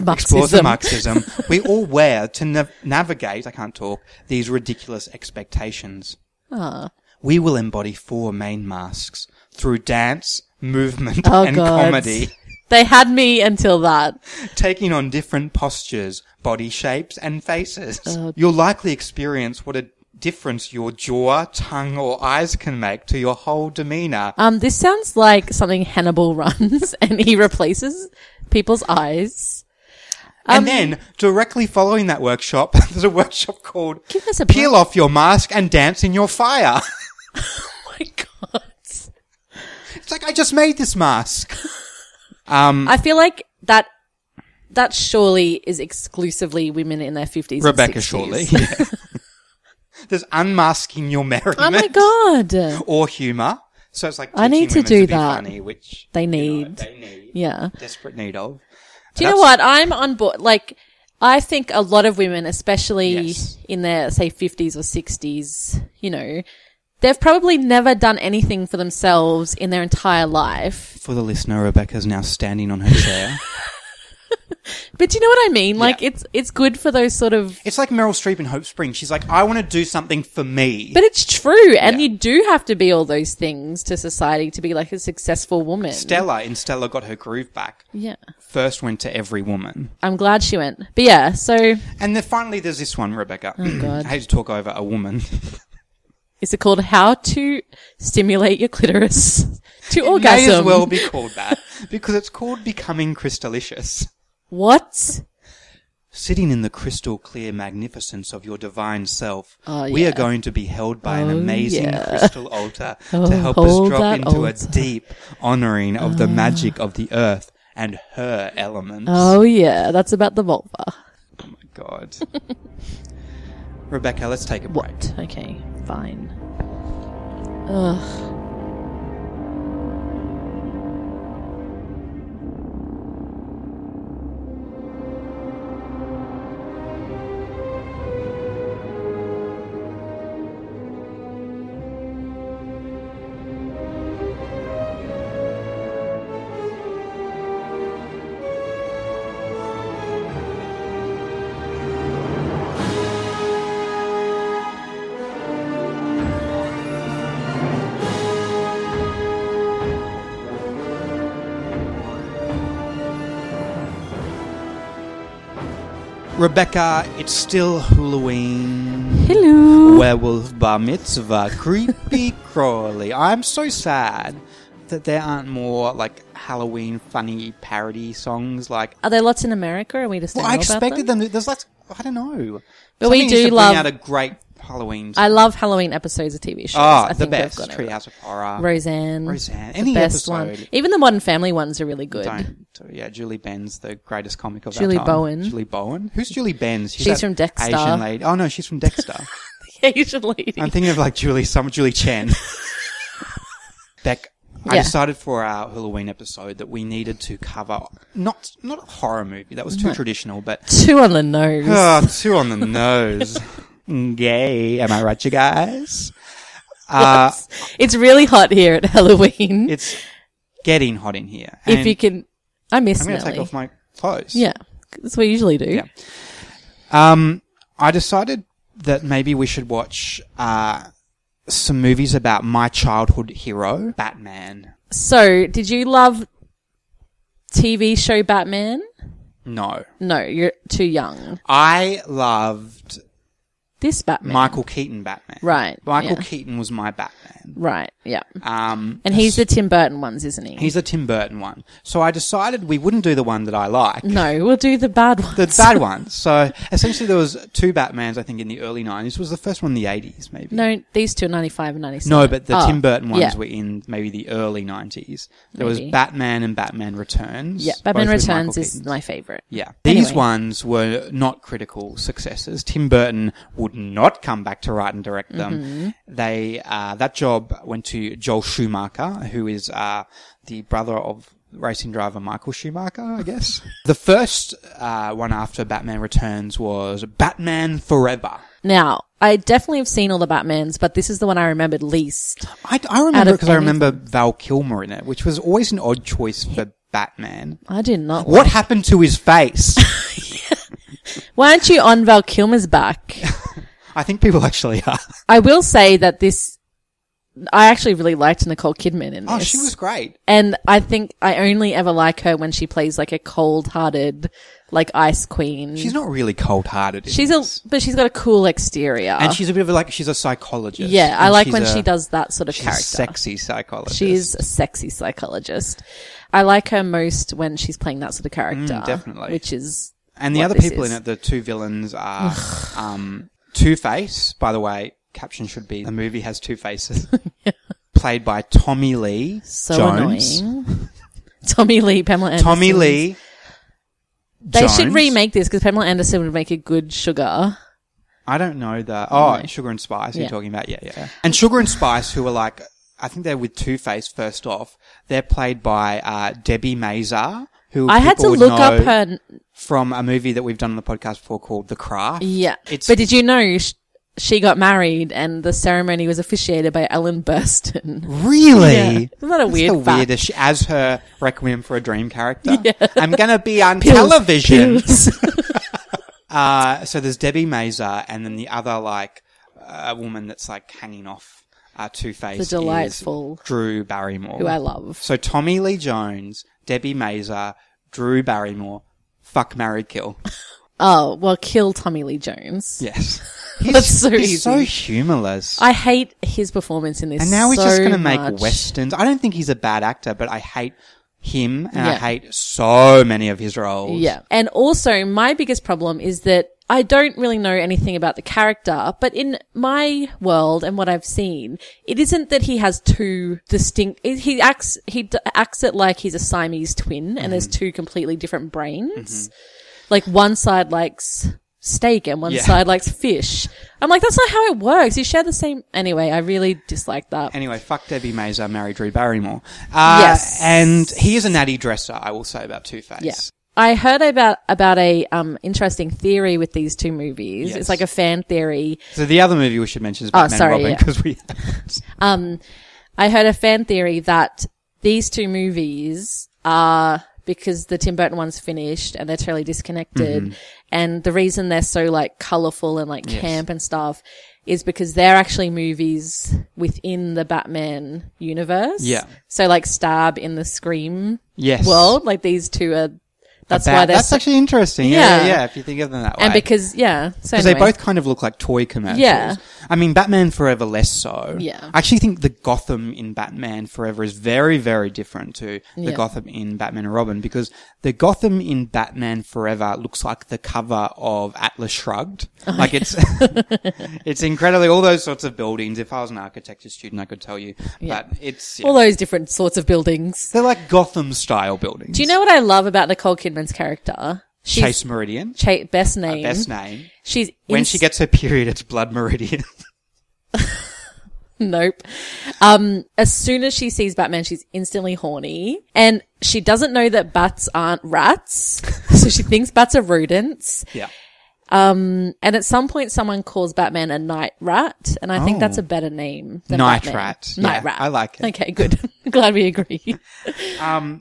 S3: explores the
S4: Marxism.
S3: Marxism we all wear to nav- navigate, I can't talk, these ridiculous expectations
S4: Ah.
S3: we will embody four main masks through dance, movement,
S4: Oh
S3: and
S4: god.
S3: comedy,
S4: They had me until that.
S3: taking on different postures, body shapes, and faces.
S4: Oh,
S3: You'll likely experience what a difference your jaw, tongue, or eyes can make to your whole demeanor.
S4: Um, this sounds like something Hannibal runs and he replaces people's eyes. Um,
S3: and then, directly following that workshop, there's a workshop called
S4: Give us a
S3: Peel Off Your Mask and Dance in Your Fire.
S4: Oh my god.
S3: it's like, I just made this mask. Um,
S4: I feel like that that surely is exclusively women in their fifties.
S3: Rebecca Shortley. there's Unmasking Your Merriment.
S4: Oh my god.
S3: or humor. So it's like
S4: I need
S3: teaching
S4: to
S3: women
S4: do
S3: be
S4: that.
S3: Funny, which
S4: They
S3: you know,
S4: need.
S3: they need,
S4: Yeah.
S3: desperate need of.
S4: Do you know
S3: That's-
S4: what? I'm on board. Like, I think a lot of women, especially
S3: Yes.
S4: in their, say, 50s or 60s, you know, they've probably never done anything for themselves in their entire life.
S3: For the listener, Rebecca's now standing on her chair.
S4: But do you know what I mean? Like,
S3: Yeah.
S4: it's, it's good for those sort of,
S3: it's like Meryl Streep in Hope Springs. She's like, I want to do something for me.
S4: but it's true. And
S3: Yeah.
S4: you do have to be all those things to society to be like a successful woman.
S3: Stella in Stella got her groove back.
S4: yeah.
S3: First went to every woman.
S4: I'm glad she went. But yeah, so
S3: And then finally there's this one, Rebecca.
S4: Oh, God.
S3: I hate to talk over a woman.
S4: is it called How to Stimulate Your Clitoris to Orgasm?
S3: May as well be called that. Because it's called Becoming Crystallicious.
S4: what?
S3: Sitting in the crystal clear magnificence of your divine self,
S4: Oh,
S3: we
S4: yeah.
S3: are going to be held by an
S4: Oh,
S3: amazing
S4: yeah.
S3: crystal altar
S4: Oh,
S3: to help us
S4: hold
S3: drop
S4: that
S3: into
S4: altar. Ah.
S3: a deep honoring of the magic of the earth and her elements.
S4: Oh yeah, that's about the vulva.
S3: Oh my god. Rebecca, let's take a break.
S4: What? Okay, fine.
S3: Rebecca, it's still Halloween.
S4: Hello.
S3: Werewolf bar mitzvah, creepy crawly. I'm so sad that there aren't more like Halloween funny parody songs like
S4: Are there lots in America? Are we just?
S3: Well,
S4: don't
S3: I
S4: know about
S3: expected them. to- There's like I don't know.
S4: But
S3: Something
S4: we
S3: needs
S4: do
S3: to bring
S4: love-
S3: out a great Halloween.
S4: I love Halloween episodes of TV shows.
S3: ah,
S4: I
S3: the
S4: think we've
S3: best
S4: gone over
S3: Treehouse of Horror.
S4: that. Roseanne.
S3: Roseanne.
S4: the
S3: Any
S4: best
S3: episode.
S4: one. Even the Modern Family ones are really good.
S3: Don't. Yeah, Julie Benz, the greatest comic of
S4: Julie
S3: our time.
S4: Bowen.
S3: Julie Bowen. Who's Julie Benz?
S4: She's
S3: that
S4: from Dexter.
S3: Asian lady. Oh no, she's from Dexter.
S4: The Asian lady.
S3: I'm thinking of like Julie, some Julie Chen. Beck, I
S4: Yeah.
S3: decided for our Halloween episode that we needed to cover not not a horror movie that was too traditional, but
S4: Two on the nose.
S3: Oh, two on the nose. Gay. Am I right, you guys? Uh,
S4: it's really hot here at Halloween.
S3: it's getting hot in here.
S4: if
S3: And
S4: you can, I miss
S3: I'm going to take
S4: Nelly.
S3: off my clothes.
S4: yeah, that's what we usually do.
S3: Yeah. Um, I decided that maybe we should watch uh, some movies about my childhood hero, Batman.
S4: So, did you love TV show Batman?
S3: No.
S4: No, you're too young.
S3: I loved
S4: This Batman,
S3: Michael Keaton Batman.
S4: Right,
S3: Michael
S4: yeah.
S3: Keaton was my Batman.
S4: right? Yeah,
S3: Um,
S4: and he's the Tim Burton ones, isn't he?
S3: he's the Tim Burton one. So I decided we wouldn't do the one that I like.
S4: no, we'll do the bad ones.
S3: the bad one. So essentially, there was two Batmans. I think in the early nineties was the first one in the eighties, maybe.
S4: no, these two are 95 and 97.
S3: No, but the
S4: Oh,
S3: Tim Burton ones
S4: yeah.
S3: were in maybe the early nineties. There
S4: Maybe.
S3: was Batman and Batman Returns.
S4: Yeah, Batman
S3: both with Michael
S4: Returns is
S3: Keaton.
S4: my favorite.
S3: Yeah, these
S4: Anyway.
S3: ones were not critical successes. Tim Burton would not come back to write and direct them.
S4: Mm-hmm.
S3: They uh, that job went to Joel Schumacher, who is uh, the brother of racing driver Michael Schumacher, I guess. the first uh, one after Batman Returns was Batman Forever.
S4: Now, I definitely have seen all the Batmans, but this is the one I remembered least.
S3: I, I remember
S4: of
S3: because I remember Val Kilmer in it, which was always an odd choice for Batman.
S4: I did not.
S3: What happened to his face?
S4: Why aren't you on Val Kilmer's back?
S3: I think people actually are.
S4: I will say that this, I actually really liked Nicole Kidman in this.
S3: Oh, she was great.
S4: And I think I only ever like her when she plays like a cold-hearted, like ice queen.
S3: She's not really cold hearted.
S4: she's a, but she's got a cool exterior.
S3: and she's a bit of a, like she's a psychologist.
S4: yeah, I
S3: And
S4: like
S3: she's
S4: when
S3: a-
S4: she does that sort of
S3: She's
S4: character.
S3: a sexy psychologist.
S4: She's a sexy psychologist. I like her most when she's playing that sort of character.
S3: Mm, definitely.
S4: Which is
S3: and the
S4: what
S3: other
S4: this
S3: people
S4: is.
S3: in it, the two villains are um, Two Face. By the way, caption should be the movie has two faces. Played by Tommy Lee
S4: so
S3: Jones.
S4: annoying. Tommy Lee, Pamela Anderson.
S3: Tommy Lee.
S4: They should
S3: Jones.
S4: remake this because Pamela Anderson would make a good sugar.
S3: I don't know the oh Sugar and Spice
S4: Yeah.
S3: you're talking about yeah yeah and Sugar and Spice who are like I think they're with Two Face first off they're played by uh, Debbie Mazar who
S4: I had
S3: people
S4: to
S3: would
S4: look up
S3: know-
S4: her. n-
S3: from a movie that we've done on the podcast before called The Craft.
S4: Yeah.
S3: It's-
S4: but did you know sh- she got married and the ceremony was officiated by Ellen Burstyn?
S3: Really?
S4: Yeah. Isn't that a
S3: That's
S4: weird
S3: the
S4: fact?
S3: weirdest as her Requiem for a Dream character. I'm gonna be on television.
S4: Pills.
S3: Uh, so there's Debbie Mazar and then the other like uh, woman that's like hanging off uh, Two Face.
S4: The delightful-
S3: Drew Barrymore,
S4: who I love.
S3: So Tommy Lee Jones, Debbie Mazar, Drew Barrymore. Fuck, marry, kill.
S4: Oh, well, kill Tommy Lee Jones.
S3: Yes, he's,
S4: That's so
S3: he's
S4: easy.
S3: so humorless.
S4: I hate his performance in this.
S3: And now he's just
S4: going
S3: going
S4: to
S3: to make westerns. I don't think he's a bad actor, but I hate him and I
S4: Yeah.
S3: hate so many of his roles.
S4: Yeah. And also, my biggest problem is that I don't really know anything about the character, but in my world and what I've seen, it isn't that he has two distinct, it- he acts, he d- acts it like he's a Siamese twin and there's
S3: Mm-hmm.
S4: two completely different brains. Like one side likes steak and one
S3: Yeah.
S4: side likes fish. I'm like, that's not how it works. You share the same. Anyway, I really dislike that.
S3: Anyway, fuck Debbie Mazar, marry Drew Barrymore. Uh,
S4: Yes.
S3: And he is a natty dresser, I will say about Two Face.
S4: Yeah. I heard about about a um interesting theory with these two movies.
S3: Yes.
S4: It's like a fan theory.
S3: So the other movie we should mention is
S4: Oh,
S3: Batman
S4: sorry,
S3: and Robin
S4: yeah.
S3: because we.
S4: Um I heard a fan theory that these two movies are because the Tim Burton one's finished and they're totally disconnected
S3: Mm-hmm.
S4: and the reason they're so like colorful and like camp and stuff is because they're actually movies within the Batman universe.
S3: Yeah.
S4: So like Stab in the Scream
S3: Yes.
S4: world, like these two are that's
S3: Ba-
S4: why they're
S3: that's
S4: so,
S3: actually interesting. Yeah.
S4: Yeah.
S3: yeah, if you think of them that way.
S4: and because yeah, so
S3: Because they
S4: anyway.
S3: both kind of look like toy commercials.
S4: Yeah.
S3: I mean, Batman Forever less so.
S4: Yeah.
S3: I actually think the Gotham in Batman Forever is very, very different to the
S4: Yeah.
S3: Gotham in Batman and Robin because the Gotham in Batman Forever looks like the cover of Atlas Shrugged.
S4: Oh.
S3: like it's, it's incredibly all those sorts of buildings. If I was an architecture student, I could tell you.
S4: Yeah.
S3: But it's, yeah.
S4: all those different sorts of buildings.
S3: they're like Gotham style buildings.
S4: Do you know what I love about Nicole Kidman's character? She's
S3: Chase Meridian?
S4: Cha- best name.
S3: Best name.
S4: She's
S3: When
S4: ins-
S3: she gets her period, it's Blood Meridian.
S4: Nope. Um, as soon as she sees Batman, she's instantly horny and she doesn't know that bats aren't rats. so she thinks bats are rodents.
S3: Yeah.
S4: And at some point, someone calls Batman a night rat. And I think that's a better name than
S3: Oh. Night
S4: Batman.
S3: rat.
S4: Night
S3: Yeah,
S4: rat.
S3: I like it.
S4: Okay, good. Glad we agree.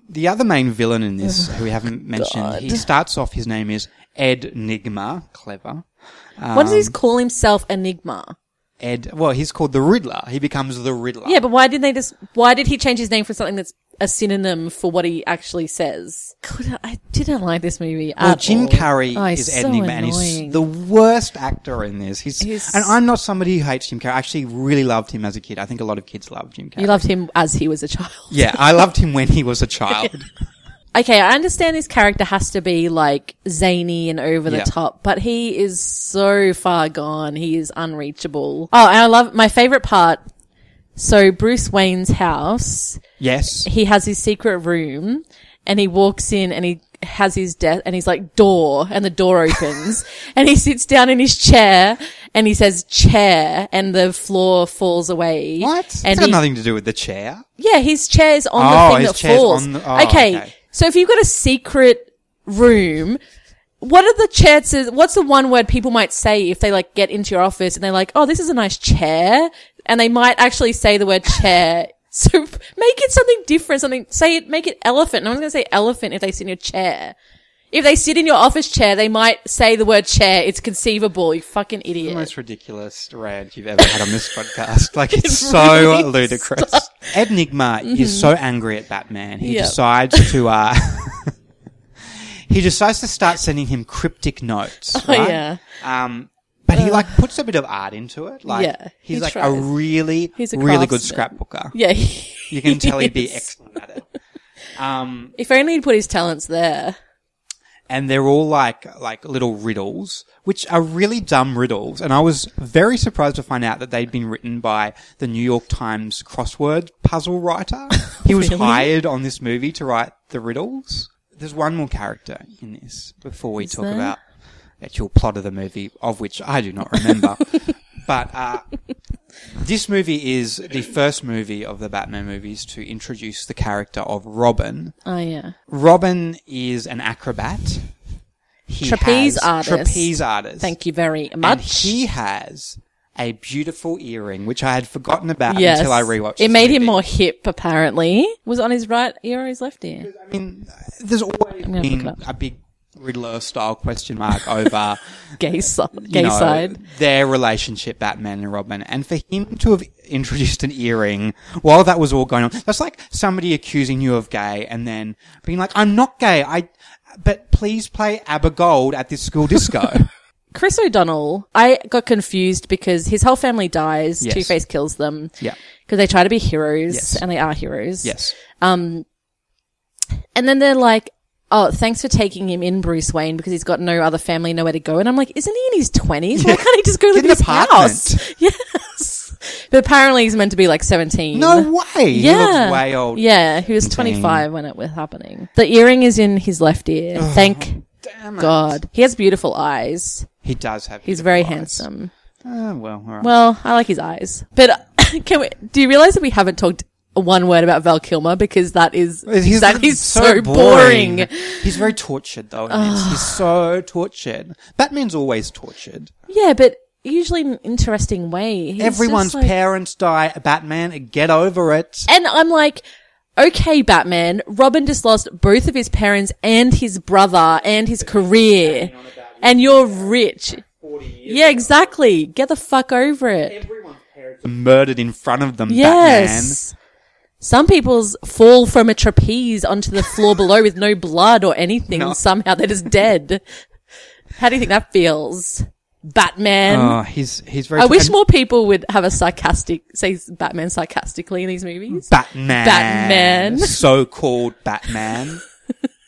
S3: The other main villain in
S4: Oh
S3: this, who we haven't mentioned, he starts off, his name is Ed Nigma. Clever.
S4: what does
S3: Um,
S4: he call himself? Enigma.
S3: Ed, well, he's called the Riddler. He becomes the Riddler.
S4: Yeah, but why didn't they just? Why did he change his name for something that's a synonym for what he actually says? God, I didn't like this movie.
S3: Well,
S4: at
S3: Jim
S4: all.
S3: Carrey
S4: uh, Oh, he's
S3: is Ed
S4: so
S3: Nigma, and
S4: annoying.
S3: he's the worst actor in this. He's,
S4: He's-
S3: and I'm not somebody who hates Jim Carrey. I actually really loved him as a kid. I think a lot of kids love Jim Carrey.
S4: You loved him as he was a child.
S3: yeah, I loved him when he was a child.
S4: Okay, I understand his character has to be like zany and over the
S3: Yeah.
S4: top, but he is so far gone. He is unreachable. Oh, and I love my favorite part. So Bruce Wayne's house,
S3: yes.
S4: he has his secret room and he walks in and he has his death and he's like door and the door opens and he sits down in his chair and he says chair and the floor falls away.
S3: What? It's
S4: And
S3: got
S4: he-
S3: nothing to do with the chair.
S4: yeah, his chair's on
S3: Oh,
S4: the thing
S3: his
S4: that
S3: chair's
S4: falls.
S3: on the- oh,
S4: okay.
S3: okay.
S4: So if you've got a secret room, what are the chances? What's the one word people might say if they like get into your office and they're like, "Oh, this is a nice chair," and they might actually say the word chair. So make it something different. Something say it. Make it elephant. No one's gonna say elephant if they sit in your chair. If they sit in your office chair, they might say the word chair. It's conceivable. You fucking
S3: The
S4: idiot.
S3: most ridiculous rant you've ever had on this podcast. Like it's
S4: It
S3: so
S4: really Mm-hmm.
S3: ludicrous. Ed Nigma is so angry at Batman. He
S4: Yeah.
S3: decides to uh he decides to start sending him cryptic notes. right?
S4: Oh, yeah.
S3: Um but he like puts a bit of art into it. Like
S4: Yeah,
S3: he's
S4: he
S3: like a
S4: tries.
S3: really
S4: He's a
S3: really good
S4: craftsman.
S3: scrapbooker.
S4: Yeah.
S3: You can tell he'd be
S4: Yes.
S3: excellent at it. Um
S4: If only he'd put his talents there.
S3: and they're all like like little riddles, which are really dumb riddles. And I was very surprised to find out that they'd been written by the New York Times crossword puzzle writer. He was
S4: Really?
S3: hired on this movie to write the riddles. There's one more character in this before we talk
S4: there?
S3: about the actual plot of the movie, of which I do not remember. but uh, this movie is the first movie of the Batman movies to introduce the character of Robin.
S4: Oh yeah.
S3: Robin is an acrobat. He
S4: Trapeze artist.
S3: Trapeze artist.
S4: Thank you very
S3: And
S4: much.
S3: he has a beautiful earring, which I had forgotten about
S4: yes.
S3: until I rewatched.
S4: It
S3: this
S4: made him
S3: movie.
S4: more hip, apparently. Was it on his right ear or his left ear?
S3: I mean, there's always
S4: gonna
S3: been
S4: look it up.
S3: a big Riddler style question mark over
S4: Gay, side.
S3: you
S4: gay
S3: know,
S4: side.
S3: their relationship, Batman and Robin, and for him to have introduced an earring while that was all going on, that's like somebody accusing you of gay and then being like, "I'm not gay, I." But please play ABBA Gold at this school disco.
S4: Chris O'Donnell, I got confused because his whole family dies.
S3: Yes.
S4: Two Face kills them.
S3: Yeah.
S4: Because they try to be heroes
S3: Yes.
S4: and they are heroes.
S3: yes.
S4: And then they're like, Oh, thanks for taking him in, Bruce Wayne, because he's got no other family, nowhere to go. And I'm like, isn't he in his twenties? Why can't he just go live
S3: Get
S4: in
S3: an
S4: his
S3: apartment.
S4: house? Yes. But apparently he's meant to be like seventeen.
S3: No way. He
S4: Yeah.
S3: looks way old.
S4: Yeah, he was
S3: 17.
S4: 25 when it was happening. The earring is in his left ear. Thank
S3: Damn it.
S4: God. He has beautiful eyes.
S3: He does have.
S4: He's
S3: beautiful
S4: very
S3: eyes.
S4: handsome.
S3: Oh, well, all right.
S4: Well, I like his eyes. But can we, do you realize that we haven't talked one word about Val Kilmer because that is,
S3: He's
S4: that is so boring.
S3: He's very tortured though. in this. He's so tortured. Batman's always tortured.
S4: Yeah, but usually in an interesting way. He's
S3: Everyone's
S4: just like-
S3: parents die. Batman, get over it.
S4: And I'm like, okay, Batman, Robin just lost both of his parents and his brother and his career. And you're rich. Yeah, exactly. Get the fuck over it.
S3: Murdered in front of them.
S4: Yes. Some people's fall from a trapeze onto the floor below with no blood or anything.
S3: No.
S4: Somehow they're just dead. How do you think that feels? Batman.
S3: Batman. Oh, he's he's very.
S4: I wish
S3: and
S4: more people would have a sarcastic, say Batman sarcastically in these movies.
S3: Batman.
S4: Batman.
S3: So-called Batman.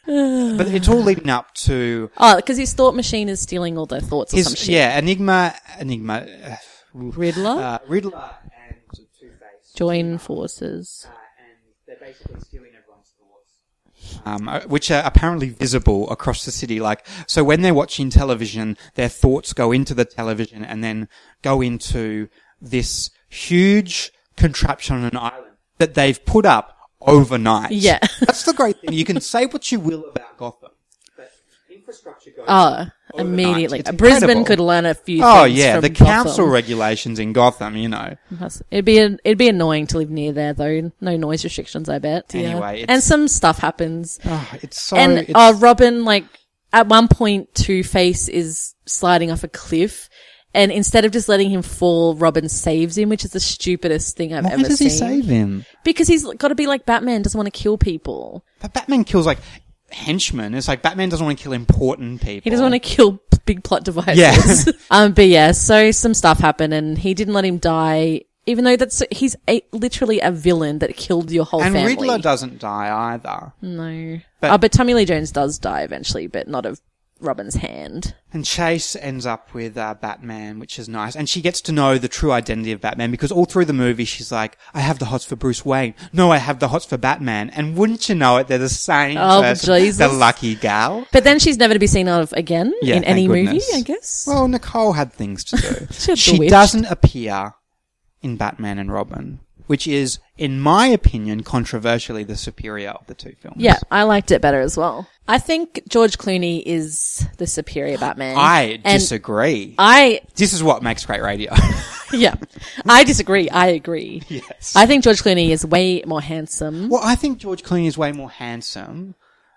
S3: but it's all leading up to
S4: Oh, because his thought machine is stealing all their thoughts or some
S3: his
S4: shit.
S3: yeah Enigma Enigma uh,
S4: Riddler?
S3: uh, Riddler and Two Face.
S4: Join forces.
S3: Uh, and they're basically stealing everyone's thoughts. Um, uh, which are apparently visible across the city. Like, so when they're watching television, their thoughts go into the television and then go into this huge contraption on an island that they've put up overnight.
S4: Yeah.
S3: That's the great thing. You can say what you will about Gotham. but infrastructure goes
S4: Oh,
S3: overnight.
S4: immediately.
S3: It's
S4: Brisbane
S3: incredible.
S4: could learn a few
S3: Oh
S4: things
S3: yeah,
S4: from
S3: the council regulations in Gotham, you know.
S4: Gotham. It'd be it'd be annoying to live near there though. No noise restrictions, I bet. Yeah.
S3: Anyway, it's-
S4: and some stuff happens.
S3: Oh, it's so
S4: and
S3: it's,
S4: uh, Robin, like at one point, Two Face is sliding off a cliff, and instead of just letting him fall, Robin saves him, which is the stupidest thing I've
S3: why
S4: ever
S3: does
S4: seen.
S3: he save him?
S4: Because he's got to be like Batman, doesn't want to kill people.
S3: But Batman kills like henchmen. It's like Batman doesn't want to kill important people.
S4: He doesn't want to kill big plot devices.
S3: Oh. Yeah.
S4: um, but yeah, so some stuff happened, and he didn't let him die. Even though that's he's a, literally a villain that killed your whole
S3: And
S4: family.
S3: Riddler doesn't die either.
S4: no,
S3: But-
S4: but, but Tommy Lee Jones does die eventually, but not of Robin's hand.
S3: And Chase ends up with uh, Batman, which is nice. And she gets to know the true identity of Batman because all through the movie she's like, I have the hots for Bruce Wayne. No, I have the hots for Batman. And wouldn't you know it, they're the same
S4: Oh,
S3: person.
S4: Jesus.
S3: The lucky gal.
S4: But then she's never to be seen of again
S3: Yeah,
S4: in any
S3: thank
S4: movie,
S3: goodness.
S4: I guess.
S3: Well, Nicole had things to do.
S4: She had
S3: she
S4: Bewitched.
S3: doesn't appear in Batman and Robin, which is, in my opinion, controversially the superior of the two films.
S4: yeah, I liked it better as well. I think George Clooney is the superior Batman.
S3: I
S4: And
S3: disagree.
S4: I
S3: this is what makes great radio.
S4: yeah, I disagree. I agree.
S3: yes.
S4: I think George Clooney is way more handsome.
S3: Well, I think George Clooney is way more handsome,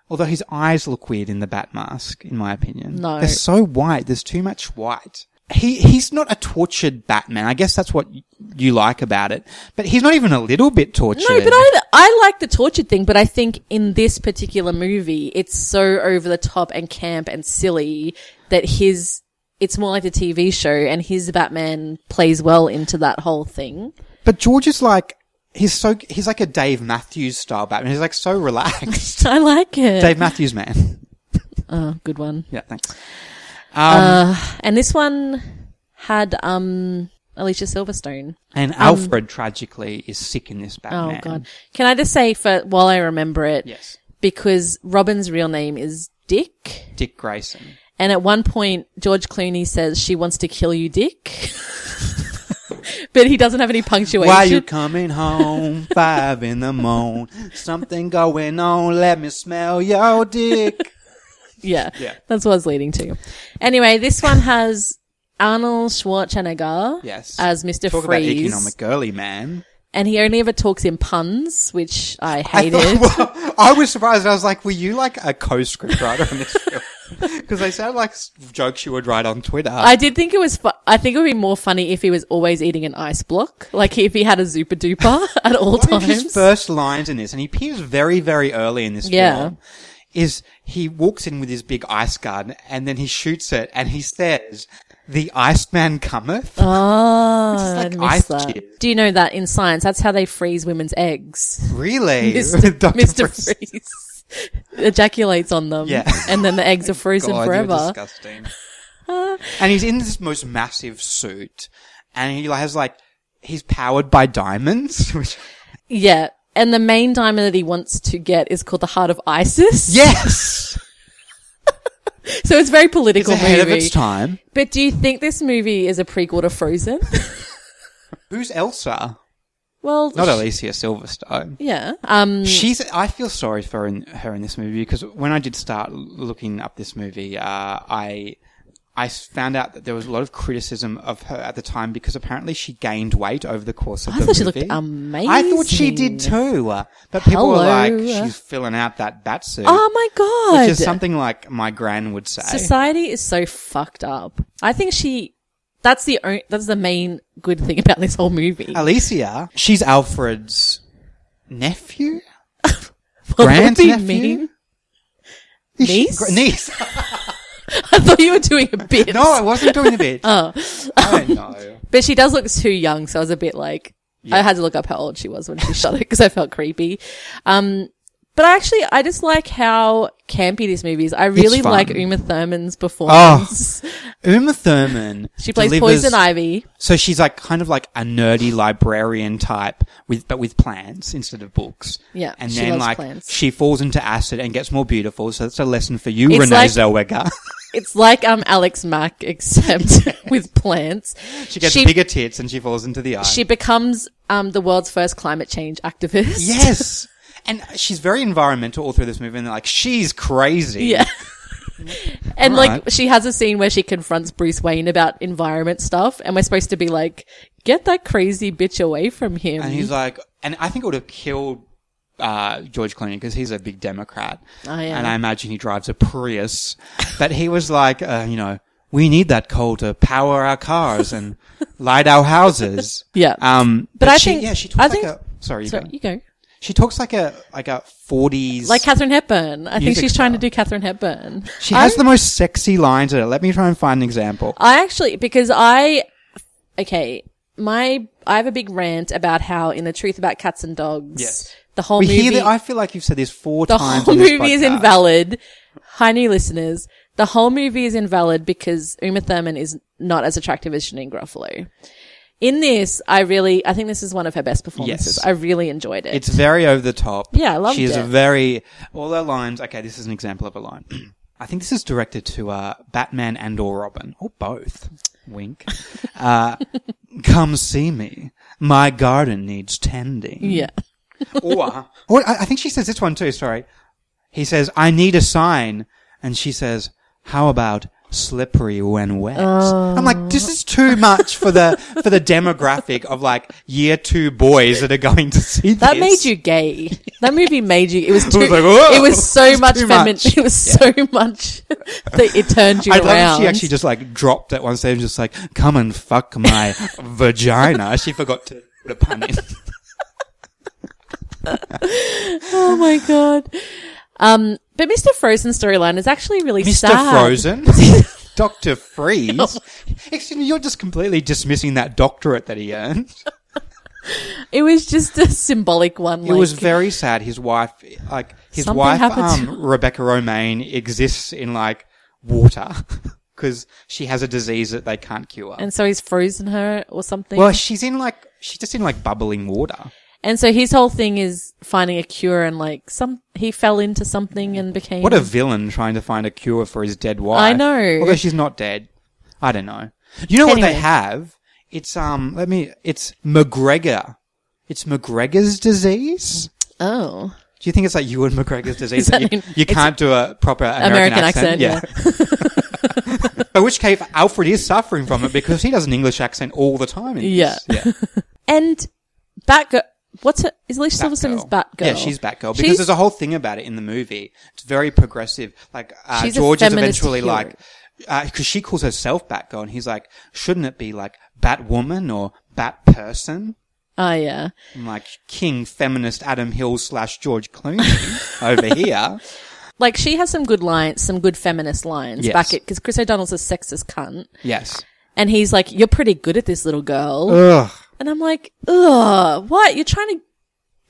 S3: although his eyes look weird in the bat mask, in my opinion.
S4: No.
S3: They're so white. There's too much white. He, he's not a tortured Batman. I guess that's what y- you like about it. But he's not even a little bit tortured.
S4: No, but I I like the tortured thing, but I think in this particular movie, it's so over the top and camp and silly that his it's more like the TV show, and his Batman plays well into that whole thing.
S3: But George is like, he's so, he's like a Dave Matthews style Batman. He's like so relaxed.
S4: I like it.
S3: Dave Matthews, man.
S4: oh, good one.
S3: Yeah, thanks. Um,
S4: Uh, And this one had um Alicia Silverstone.
S3: And Alfred, tragically, is sick in this
S4: um, Oh
S3: Batman.
S4: god. Can I just say for while I remember it
S3: Yes.
S4: because Robin's real name is Dick
S3: Dick Grayson.
S4: and at one point George Clooney says she wants to kill you Dick. but he doesn't have any punctuation.
S3: Why you coming home? Five in the morn. Something going on. Let me smell your dick.
S4: yeah.
S3: Yeah.
S4: That's what I was leading to. Anyway, this one has Arnold Schwarzenegger
S3: Yes.
S4: as Mr.
S3: Talk about
S4: Freeze.
S3: economic girly, man.
S4: and he only ever talks in puns, which I
S3: I,
S4: hated.
S3: thought, well, I was surprised. I was like, "Were you like a co-script writer on this film?" Because they sound like s- jokes you would write on Twitter.
S4: I did think it was. Fu- I think it would be more funny if he was always eating an ice block, like if he had a Zupa Duper at all
S3: One of his
S4: times.
S3: first lines in this, and he appears very, very early in this
S4: Yeah.
S3: film, is he walks in with his big ice gun, and then he shoots it, and he says, "The Iceman cometh."
S4: Oh,
S3: like
S4: I missed
S3: ice
S4: that.
S3: cubes.
S4: Do you know that in science, that's how they freeze women's eggs?
S3: Really,
S4: Mr.
S3: Dr.
S4: Mr.
S3: Freeze.
S4: Freeze ejaculates on them,
S3: Yeah.
S4: and then the eggs are frozen
S3: God, you're
S4: forever.
S3: disgusting. and he's in this most massive suit, and he has like he's powered by diamonds. Which,
S4: Yeah, and the main diamond that he wants to get is called the Heart of Isis.
S3: yes,
S4: so it's a very political
S3: it's ahead
S4: movie.
S3: of its time.
S4: But do you think this movie is a prequel to Frozen?
S3: Who's Elsa?
S4: well,
S3: Not
S4: sh-
S3: Alicia Silverstone.
S4: Yeah. Um.
S3: She's. I feel sorry for in, her in this movie because when I did start l- looking up this movie, uh, I I found out that there was a lot of criticism of her at the time because apparently she gained weight over the course of
S4: I
S3: the
S4: thought
S3: movie.
S4: she looked
S3: I thought she
S4: amazing.
S3: did too, uh, but people were
S4: Hello.
S3: like, "She's filling out that bat suit,"
S4: Oh my god!
S3: which is something like my gran would say.
S4: Society is so fucked up. I think she. That's the o- that's the main good thing about this whole movie.
S3: Alicia, she's Alfred's nephew,
S4: Well, that would be
S3: grandnephew,
S4: mean.
S3: Is she-
S4: Niece?
S3: gra- niece.
S4: I thought you were doing a bit.
S3: no, I wasn't doing the bit. oh, I know.
S4: but she does look too young, so I was a bit like I had to look up how old she was when she shot it because I felt creepy. Um, but I actually I just like how campy this movie is. I really
S3: fun. Oh.
S4: like Uma Thurman's performance.
S3: Uma Thurman.
S4: she plays
S3: delivers-
S4: Poison Ivy.
S3: So she's like kind of like a nerdy librarian type with but with plants instead of books.
S4: Yeah,
S3: and
S4: she
S3: then
S4: loves
S3: like
S4: plants.
S3: she falls into acid and gets more beautiful. So that's a lesson for you,
S4: It's
S3: Renee
S4: like-
S3: Zellweger.
S4: It's like um Alex Mack except with plants.
S3: She gets
S4: She-
S3: bigger tits and she falls into the eye.
S4: She becomes um the world's first climate change activist.
S3: yes. And she's very environmental all through this movie. And they're like, she's crazy.
S4: Yeah. And like
S3: Alright.
S4: she has a scene where she confronts Bruce Wayne about environment stuff, and we're supposed to be like, "Get that crazy bitch away from him."
S3: And he's like, and I think it would have killed uh, George Clooney because he's a big Democrat.
S4: Oh, yeah.
S3: And I imagine he drives a Prius. but he was like, uh, you know, we need that coal to power our cars and light our houses.
S4: Yeah.
S3: Um,
S4: But
S3: but,
S4: I
S3: she,
S4: think-
S3: yeah, she
S4: I
S3: talks like
S4: think-
S3: a, sorry, you
S4: so
S3: go.
S4: you go.
S3: she talks like a, like a 40s.
S4: Like Catherine Hepburn. I think
S3: Music
S4: she's trying to
S3: style.
S4: do Catherine Hepburn.
S3: she has the most sexy lines in it. Let me try and find an example.
S4: I actually because I okay, my I have a big rant about how in the truth about cats and dogs,
S3: Yes.
S4: the whole
S3: we
S4: movie
S3: hear that. I feel like you've said this four
S4: the
S3: times.
S4: whole
S3: on this
S4: movie is
S3: podcast.
S4: invalid. Hi, new listeners. The whole movie is invalid because Uma Thurman is not as attractive as Janine Gruffalo. In this, I really, I think this is one of her best performances.
S3: Yes.
S4: I really enjoyed it.
S3: It's very over the top.
S4: Yeah, I loved
S3: She is
S4: it.
S3: a very all her lines. Okay, this is an example of a line. I think this is directed to uh, Batman and or Robin or both. Wink. Uh, come see me. My garden needs tending.
S4: yeah.
S3: Or, or I I think she says this one too. Sorry. He says, "I need a sign," and she says, "How about?" Slippery when wet. I'm like, this is
S4: Oh.
S3: too much for the for the demographic of like year two boys that are going to see
S4: That
S3: this.
S4: made you gay. That movie made you, it was too,
S3: was like, "Whoa!"
S4: it was so
S3: It's
S4: much
S3: too
S4: feminine.
S3: much.
S4: It was so much that it turned you
S3: I
S4: around.
S3: love that she actually just like dropped at one stage and just like, come and fuck my vagina. She forgot to put a pun in.
S4: oh my God. Um, but Mr. Frozen storyline is actually really
S3: Mr.
S4: sad.
S3: Frozen. Dr. Freeze. Excuse me, you're just completely dismissing that doctorate that he earned.
S4: It was just a symbolic one.
S3: it was
S4: like-
S3: very sad. His wife, like, his
S4: Something
S3: wife,
S4: happened to-
S3: um, Rebecca Romaine exists in like water because she has a disease that they can't cure.
S4: And so he's frozen her or something.
S3: well, she's in like, she's just in like bubbling water.
S4: and so his whole thing is finding a cure and like some, he fell into something and became.
S3: What a villain trying to find a cure for his dead wife.
S4: I know.
S3: Although she's not dead. I don't know. You know what
S4: Anyway.
S3: they have? It's um let me it's McGregor. It's McGregor's disease?
S4: Oh.
S3: Do you think it's like you and McGregor's disease?
S4: that
S3: that you,
S4: mean-
S3: you
S4: it's-
S3: can't do a proper American,
S4: American accent,
S3: accent. yeah. By which case Alfred is suffering from it because he does an English accent all the time. in this.
S4: Yeah.
S3: Yeah.
S4: And Batgirl. What's her? Is Alicia Silverstone is
S3: Batgirl.
S4: Batgirl?
S3: Yeah, she's Batgirl because
S4: She's-
S3: there's a whole thing about it in the movie. It's very progressive. Like uh,
S4: She's a
S3: George is
S4: feminist
S3: eventually
S4: hero.
S3: like, because she calls herself Batgirl, and he's like, shouldn't it be like Batwoman or Batperson?
S4: Oh yeah.
S3: I'm like King feminist Adam Hill slash George Clooney over here.
S4: Like she has some good lines, some good feminist lines
S3: Yes.
S4: back at because Chris O'Donnell's a sexist cunt,
S3: Yes.
S4: and he's like, "You're pretty good at this, little girl,"
S3: Ugh.
S4: and I'm like, "Ugh, what? You're trying to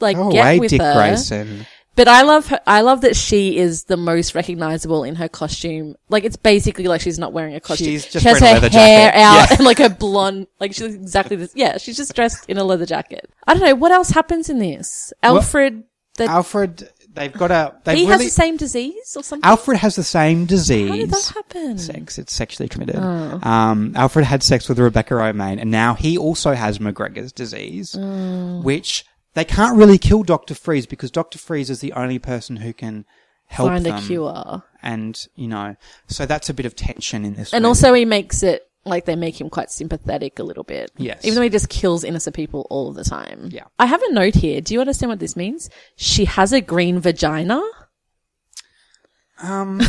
S4: like
S3: Go
S4: get
S3: away,
S4: with
S3: Oh, Dick
S4: her."
S3: Grayson.
S4: But I love her. I love that she is the most recognizable in her costume. Like it's basically like she's not wearing a costume.
S3: She's just
S4: she has
S3: wearing a
S4: her
S3: leather
S4: hair
S3: jacket.
S4: out
S3: Yeah.
S4: and like her blonde. Like she's exactly this. Yeah, she's just dressed in a leather jacket. I don't know what else happens in this. Alfred, that
S3: Alfred, they've got a. They've
S4: he
S3: really,
S4: has the same disease or something.
S3: Alfred has the same disease.
S4: How did that happen?
S3: sex. It's sexually transmitted.
S4: Oh.
S3: Um, Alfred had sex with Rebecca Romaine, and now he also has McGregor's disease,
S4: Oh.
S3: which they can't really kill Doctor Freeze because Doctor Freeze is the only person who can help
S4: Find a
S3: them.
S4: cure.
S3: And you know, so that's a bit of tension in this.
S4: And
S3: movie.
S4: also he makes it like they make him quite sympathetic a little bit.
S3: Yes.
S4: Even though he just kills innocent people all the time.
S3: Yeah.
S4: I have a note here. Do you understand what this means? She has a green vagina.
S3: um,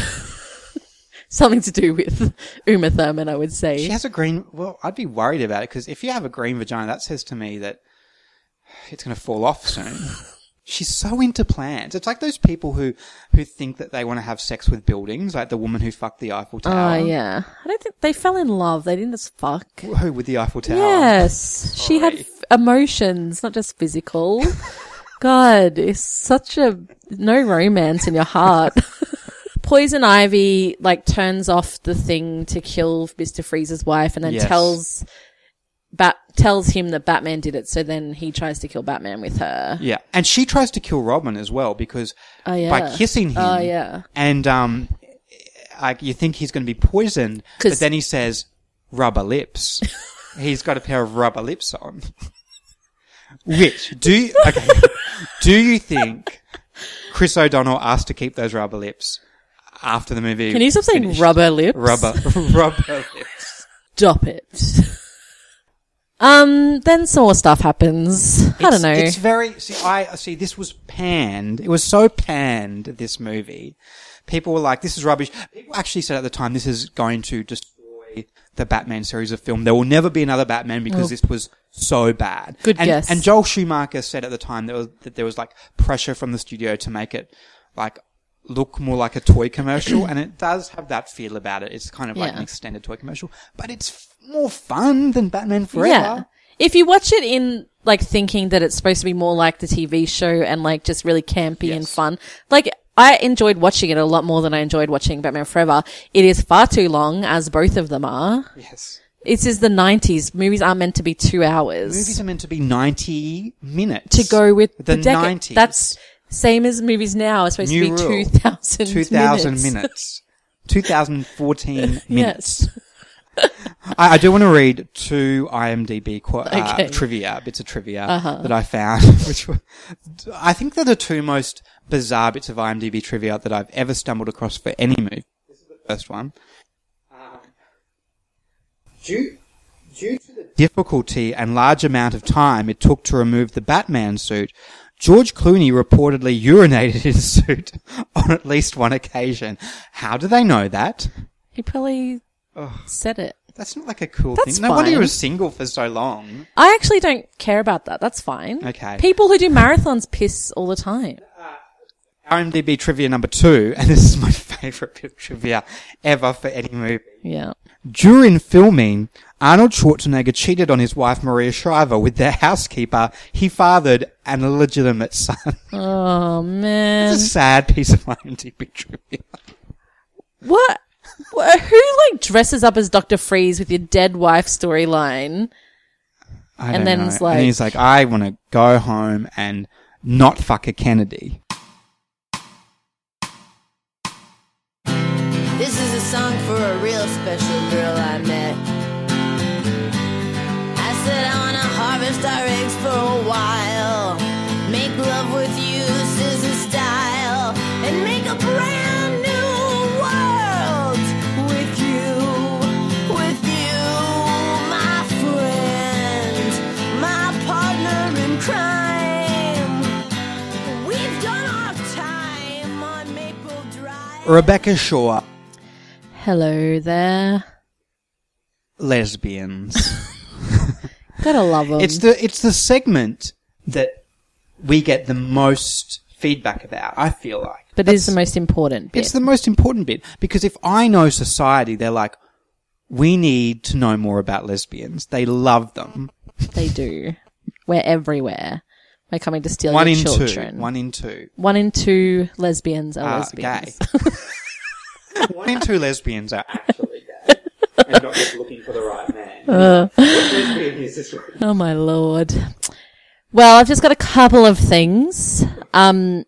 S4: something to do with Uma Thurman, I would say.
S3: she has a green. Well, I'd be worried about it because if you have a green vagina, that says to me that it's going to fall off soon. She's so into plants. It's like those people who who think that they want to have sex with buildings, like the woman who fucked the Eiffel
S4: oh
S3: Tower.
S4: yeah, I don't think they fell in love. They didn't just fuck.
S3: Who with the Eiffel Tower?
S4: Yes, she had
S3: Sorry.
S4: f- emotions, not just physical. God, it's such a no romance in your heart. Poison Ivy like turns off the thing to kill Mister Freeze's wife, and then
S3: Yes.
S4: tells. Bat tells him that Batman did it, so then he tries to kill Batman with her.
S3: Yeah, and she tries to kill Robin as well because
S4: Oh, yeah.
S3: by kissing him.
S4: Oh, yeah.
S3: and um, like you think he's going to be poisoned,
S4: 'Cause-
S3: but then he says rubber lips. he's got a pair of rubber lips on. Which do you, okay? do you think Chris O'Donnell asked to keep those rubber lips after the movie?
S4: Can you stop saying
S3: finished?
S4: rubber lips?
S3: Rubber, rubber lips.
S4: Stop it. Um, then some more stuff happens. I
S3: It's-
S4: don't know.
S3: It's very see. I see. This was panned. It was so panned. This movie, people were like, "This is rubbish." People actually said at the time, "This is going to destroy the Batman series of film. There will never be another Batman because this was so bad."
S4: Good
S3: and,
S4: guess.
S3: And Joel Schumacher said at the time that, was, that there was like pressure from the studio to make it like look more like a toy commercial, and it does have that feel about it. It's kind of like
S4: Yeah.
S3: an extended toy commercial, but it's f- more fun than Batman Forever.
S4: Yeah. If you watch it in like thinking that it's supposed to be more like the TV show and like just really campy and
S3: Yes.
S4: fun, like I enjoyed watching it a lot more than I enjoyed watching Batman Forever. It is far too long, as both of them are.
S3: Yes.
S4: This is the 90s. Movies aren't meant to be two hours.
S3: Movies are meant to be 90 minutes.
S4: to go with the,
S3: the,
S4: decade.
S3: 90s.
S4: That's same as movies now. It's supposed
S3: New
S4: to be
S3: rule.
S4: 2,000
S3: 2000
S4: minutes.
S3: minutes. 2014 minutes.
S4: Yes.
S3: I, I do want to read two IMDb qu- uh,
S4: Okay.
S3: trivia bits of trivia that I found, which were, I think they're the two most bizarre bits of IMDb trivia that I've ever stumbled across for any movie. This is the first one. Um, Due, due to the difficulty and large amount of time it took to remove the Batman suit, George Clooney reportedly urinated his suit on at least one occasion. How do they know that?
S4: He probably said it.
S3: That's not like a cool
S4: That's
S3: thing. No wonder he
S4: fine.
S3: was single for so long.
S4: I actually don't care about that. That's fine.
S3: Okay.
S4: People who do marathons piss all the time.
S3: IMDb trivia number two, and this is my favorite bit of trivia ever for any movie.
S4: Yeah.
S3: During filming, Arnold Schwarzenegger cheated on his wife Maria Shriver with their housekeeper. He fathered an illegitimate son.
S4: Oh man.
S3: It's a sad piece of IMDb trivia.
S4: What? What- Who like dresses up as Doctor Freeze with your dead wife storyline?
S3: I
S4: And
S3: don't
S4: then
S3: know.
S4: it's
S3: and he's like, I want to go home and not fuck a Kennedy.
S1: This is a song for a real special girl I met. I said I wanna harvest our eggs for a while. Make love with you, scissor style, and make a brand new world with you, with you, my friend, my partner in crime. We've done our time on Maple Drive.
S3: Rebecca Shaw,
S4: Hello there.
S3: lesbians.
S4: Gotta love them.
S3: It's the it's the segment that we get the most feedback about. I feel like,
S4: but it is the most important bit.
S3: it's the most important bit because if I know society, they're like, we need to know more about lesbians. They love them.
S4: they do. We're everywhere. We're coming to steal
S3: One
S4: your
S3: in
S4: children.
S3: two. One Ah, in two.
S4: One in two lesbians are
S3: are
S4: lesbians.
S3: gay. One in two lesbians are actually gay and not just looking for the right man.
S4: Uh. Oh my lord. Well, I've just got a couple of things. Um,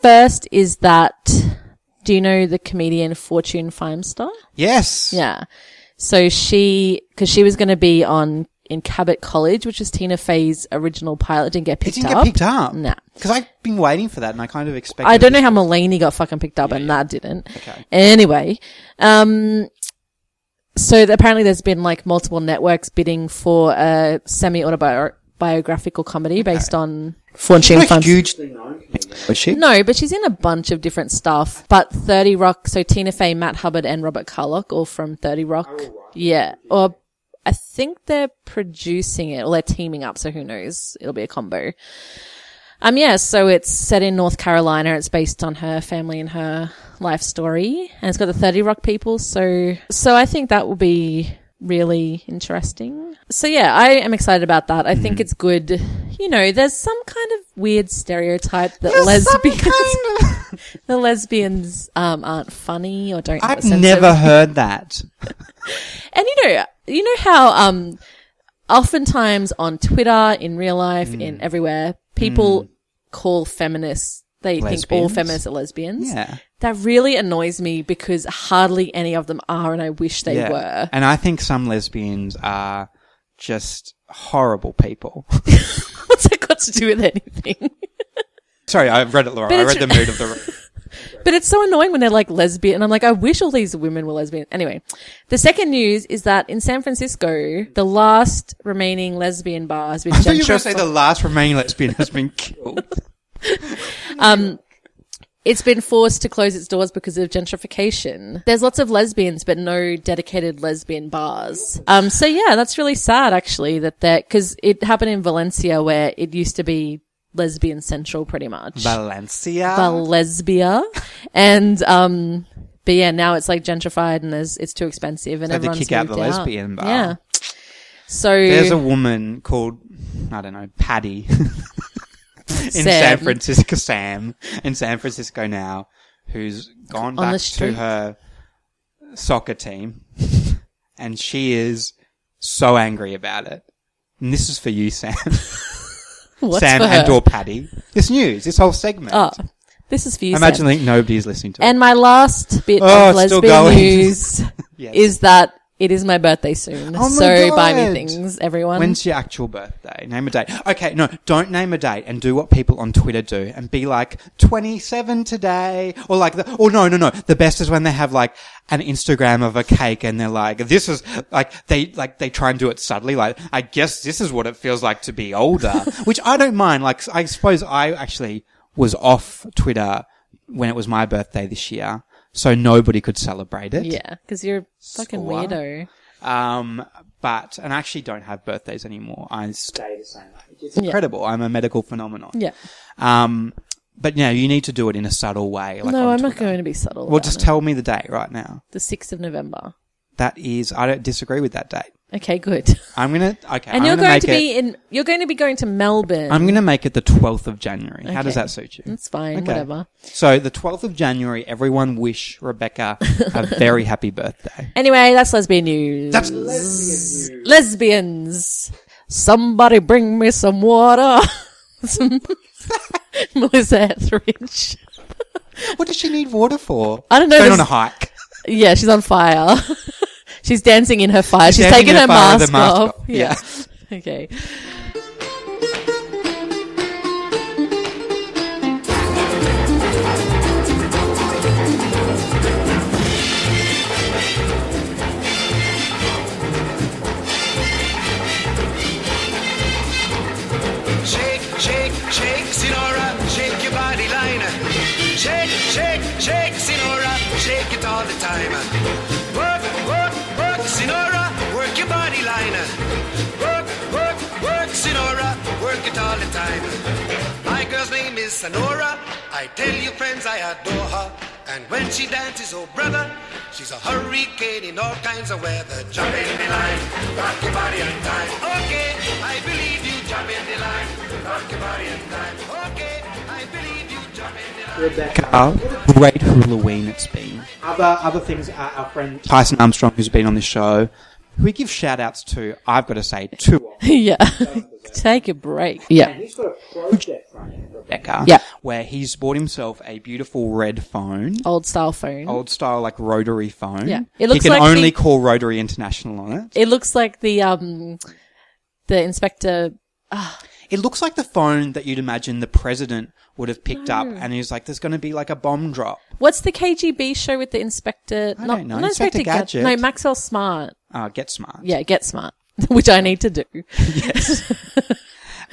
S4: first is that, do you know the comedian Fortune Feimster?
S3: Yes.
S4: Yeah. So she, cause she was going to be on in Cabot College, which is Tina Fey's original pilot, didn't get
S3: It
S4: picked
S3: didn't
S4: up.
S3: get picked up.
S4: Nah.
S3: Because I've been waiting for that and I kind of expected
S4: I don't know how Mulaney got fucking picked up and that didn't.
S3: Okay.
S4: Anyway, um, so th- apparently there's been like multiple networks bidding for a semi autobiographical comedy based on Fortune
S3: She's not
S4: Funds.
S3: hugely known. Was she?
S4: No, but she's in a bunch of different stuff. But 30 Rock, so Tina Fey, Matt Hubbard, and Robert Carlock, all from 30 Rock. Yeah. Or I think they're producing it, or they're teaming up, so who knows? It'll be a combo. Um, yeah, so it's set in North Carolina. It's based on her family and her life story. And it's got the 30 Rock people, so, so I think that will be really interesting. So yeah, I am excited about that. I
S3: Mm.
S4: think it's good. You know, there's some kind of weird stereotype that lesbians the lesbians um, aren't funny or don't. have a
S3: I've
S4: sense
S3: never
S4: of-
S3: heard that.
S4: And you know, you know how um, oftentimes on Twitter, in real life,
S3: Mm.
S4: in everywhere, people call feminists. They think all
S3: Lesbians?
S4: feminists are lesbians.
S3: Yeah.
S4: That really annoys me because hardly any of them are, and I wish they were.
S3: And I think some lesbians are just horrible people.
S4: What's that got to do with anything?
S3: Sorry, I've read it, Laura.
S4: But
S3: I
S4: it's-
S3: read the mood of the.
S4: But it's so annoying when they're like lesbian, and I'm like, I wish all these women were lesbian. Anyway, the second news is that in San Francisco, the last remaining lesbian bars, which
S3: I thought you were going to say
S4: gentrified-
S3: the last remaining lesbian has been killed.
S4: It's been forced to close its doors because of gentrification. There's lots of lesbians, but no dedicated lesbian bars. Um, so yeah, that's really sad actually that that, cause it happened in Valencia where it used to be lesbian central pretty much.
S3: Valencia.
S4: Lesbia. And, um, but yeah, now it's like gentrified and there's, it's too expensive
S3: So
S4: and
S3: they
S4: everyone's
S3: kick out
S4: moved
S3: the lesbian bar.
S4: Yeah. So
S3: There's a woman called I don't know Patty in San
S4: Sam.
S3: Francisco. Sam in San Francisco now, who's gone
S4: On the
S3: back to
S4: street.
S3: her soccer team, and she is so angry about it. And this is for you, Sam.
S4: what's
S3: Sam
S4: for her?
S3: and or Patty. This news, this whole segment.
S4: Oh, this is for you.
S3: Imagine
S4: Sam.
S3: like nobody is listening to it.
S4: And my last bit
S3: Oh,
S4: of
S3: it's still
S4: lesbian
S3: going.
S4: news
S3: Yes.
S4: is that it is my birthday soon.
S3: Oh my
S4: so buy me
S3: God.
S4: things, everyone.
S3: When's your actual birthday? Name a date. Okay, no, don't name a date and do what people on Twitter do and be like 27 today or like the, or no, no, no. The best is when they have like an Instagram of a cake and they're like, this is like they, like they try and do it subtly. Like, I guess this is what it feels like to be older, which I don't mind. Like, I suppose I actually was off Twitter when it was my birthday this year. So nobody could celebrate it.
S4: yeah, because you're a fucking
S3: Squaw.
S4: weirdo.
S3: Um, but and I actually don't have birthdays anymore. I stay the same age. It's incredible. I'm a medical phenomenon.
S4: Yeah.
S3: Um, but no, you need to do it in a subtle way. Like
S4: no,
S3: on
S4: I'm not
S3: Twitter.
S4: going to be subtle.
S3: Well,
S4: about
S3: just
S4: it.
S3: tell me the date right now.
S4: the sixth of November.
S3: That is, I don't disagree with that date.
S4: Okay, good.
S3: I'm gonna okay.
S4: And
S3: I'm
S4: you're
S3: gonna
S4: going
S3: make
S4: to
S3: it,
S4: be in. You're going to be going to Melbourne.
S3: I'm gonna make it the 12th of January. How does
S4: Okay.
S3: that suit you?
S4: That's fine.
S3: Okay.
S4: Whatever.
S3: So the 12th of January, everyone wish Rebecca a very happy birthday.
S4: Anyway, that's lesbian news.
S3: That's
S4: Lesbians. Somebody bring me some water. Some- Melissa Etheridge.
S3: What does she need water for?
S4: I don't know,
S3: Going
S4: this-
S3: on a hike.
S4: Yeah, she's on fire. she's dancing in her fire. She's,
S3: dancing
S4: taking
S3: in
S4: her
S3: her fire with
S4: mask,
S3: her mask
S4: off.
S3: off.
S4: Yeah. okay.
S5: Shake, shake, shake, Sinora, shake your body line. Shake, shake, shake, Sinora, shake it all the time. Work, work, work, Sinora, work your body line. Work, work, work, Sinora, work it all the time. My girl's name is Sonora. I tell you, friends, I adore her. And when she dances, oh brother, she's a hurricane in all kinds of weather. Jump in the line, rock your body on time. Okay, I believe you. Jump in the line, rock your body on time. Okay, I believe you. Jump in the line.
S3: Car, great Halloween it's been. Other other things are our friend Tyson Armstrong, who's been on the show, who we give shout outs to. I've got to say two.
S4: yeah. Take a break. Yeah.
S3: He's got a project running, Rebecca.
S4: Yeah.
S3: where he's bought himself a beautiful red phone.
S4: Old style phone.
S3: Old style, like rotary phone.
S4: Yeah. It looks
S3: he can
S4: like
S3: only
S4: the-
S3: call Rotary International on it.
S4: It looks like the um the inspector
S3: It looks like the phone that you'd imagine the president would have picked up,
S4: Mm.
S3: and he's like, "There's going to be like a bomb drop."
S4: What's the KGB show with the inspector?
S3: I
S4: not,
S3: don't know.
S4: not
S3: Inspector Gadget.
S4: Gadget. No, Maxwell Smart.
S3: Uh, get smart.
S4: Yeah, Get Smart, which I need to do.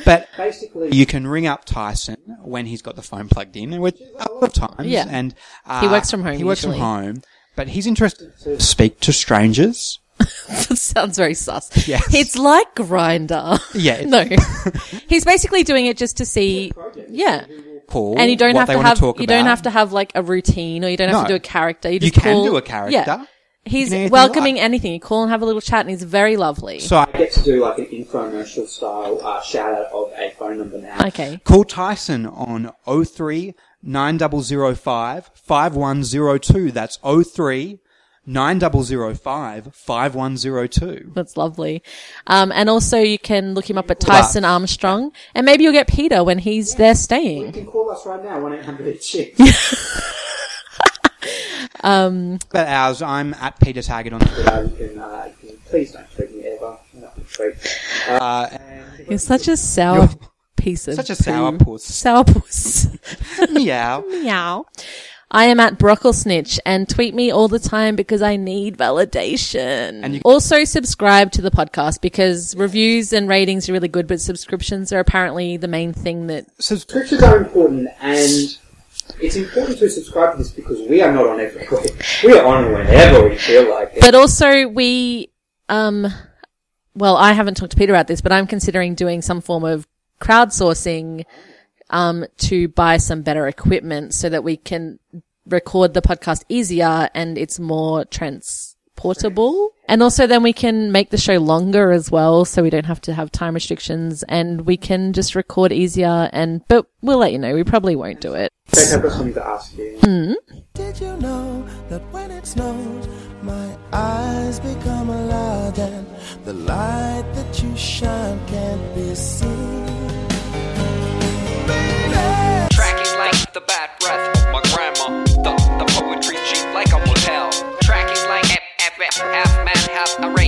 S3: But basically, you can ring up Tyson when he's got the phone plugged in, which is a lot of times.
S4: Yeah.
S3: and uh,
S4: He works from home
S3: He works
S4: usually.
S3: from home, but he's interested to speak to strangers.
S4: that sounds very sus.
S3: Yes.
S4: It's like Grinder.
S3: Yeah, it's-
S4: no. He's basically doing it just to see. Yeah.
S3: Call
S4: And you don't
S3: what
S4: have
S3: they
S4: to
S3: want
S4: have
S3: to talk
S4: you don't
S3: about.
S4: have to have like a routine or you don't have
S3: No.
S4: to do a character. You,
S3: You
S4: just
S3: can
S4: call-
S3: do a character.
S4: Yeah.
S3: do anything
S4: He's
S3: you
S4: welcoming
S3: like.
S4: anything. You call and have a little chat and he's very lovely.
S3: So I
S6: get to do like an infomercial style uh, shout out of a phone number now.
S4: okay.
S3: call Tyson on 03 9005 5102. That's 03 9005 5102.
S4: That's lovely. Um, and also you can look him up at Tyson Armstrong and maybe you'll get Peter when he's there
S6: You
S4: staying.
S6: can call us right now, 1 800 Chick.
S3: But ours, I'm at Peter Taggart on Twitter.
S6: Uh, you can, uh, you can, please don't tweet me ever. That would be sweet.
S3: Uh,
S4: You're such a sour
S3: You're-
S4: piece of
S3: such a
S4: poo.
S3: sourpuss.
S4: Sourpuss.
S3: Meow.
S4: Meow. I am at Brocklesnitch and tweet me all the time because I need validation.
S3: And you-
S4: also subscribe to the podcast because reviews and ratings are really good, but subscriptions are apparently the main thing that
S3: Subs-
S6: Subscriptions are important, and it's important to subscribe to this because we are not on every week. We are on whenever we feel like it.
S4: But also we um well, I haven't talked to Peter about this, but I'm considering doing some form of crowdsourcing um to buy some better equipment so that we can record the podcast easier and it's more transportable. And also then we can make the show longer as well so we don't have to have time restrictions and we can just record easier and but we'll let you know. We probably won't do it.
S6: Jake, I've got something to ask you.
S7: Did you know that when it snows, my eyes become alive and the light that you shine can't be seen?
S8: Tracking like the bad breath. My grandma, the, the poetry cheap like a motel. Tracking like half, half, half man, half a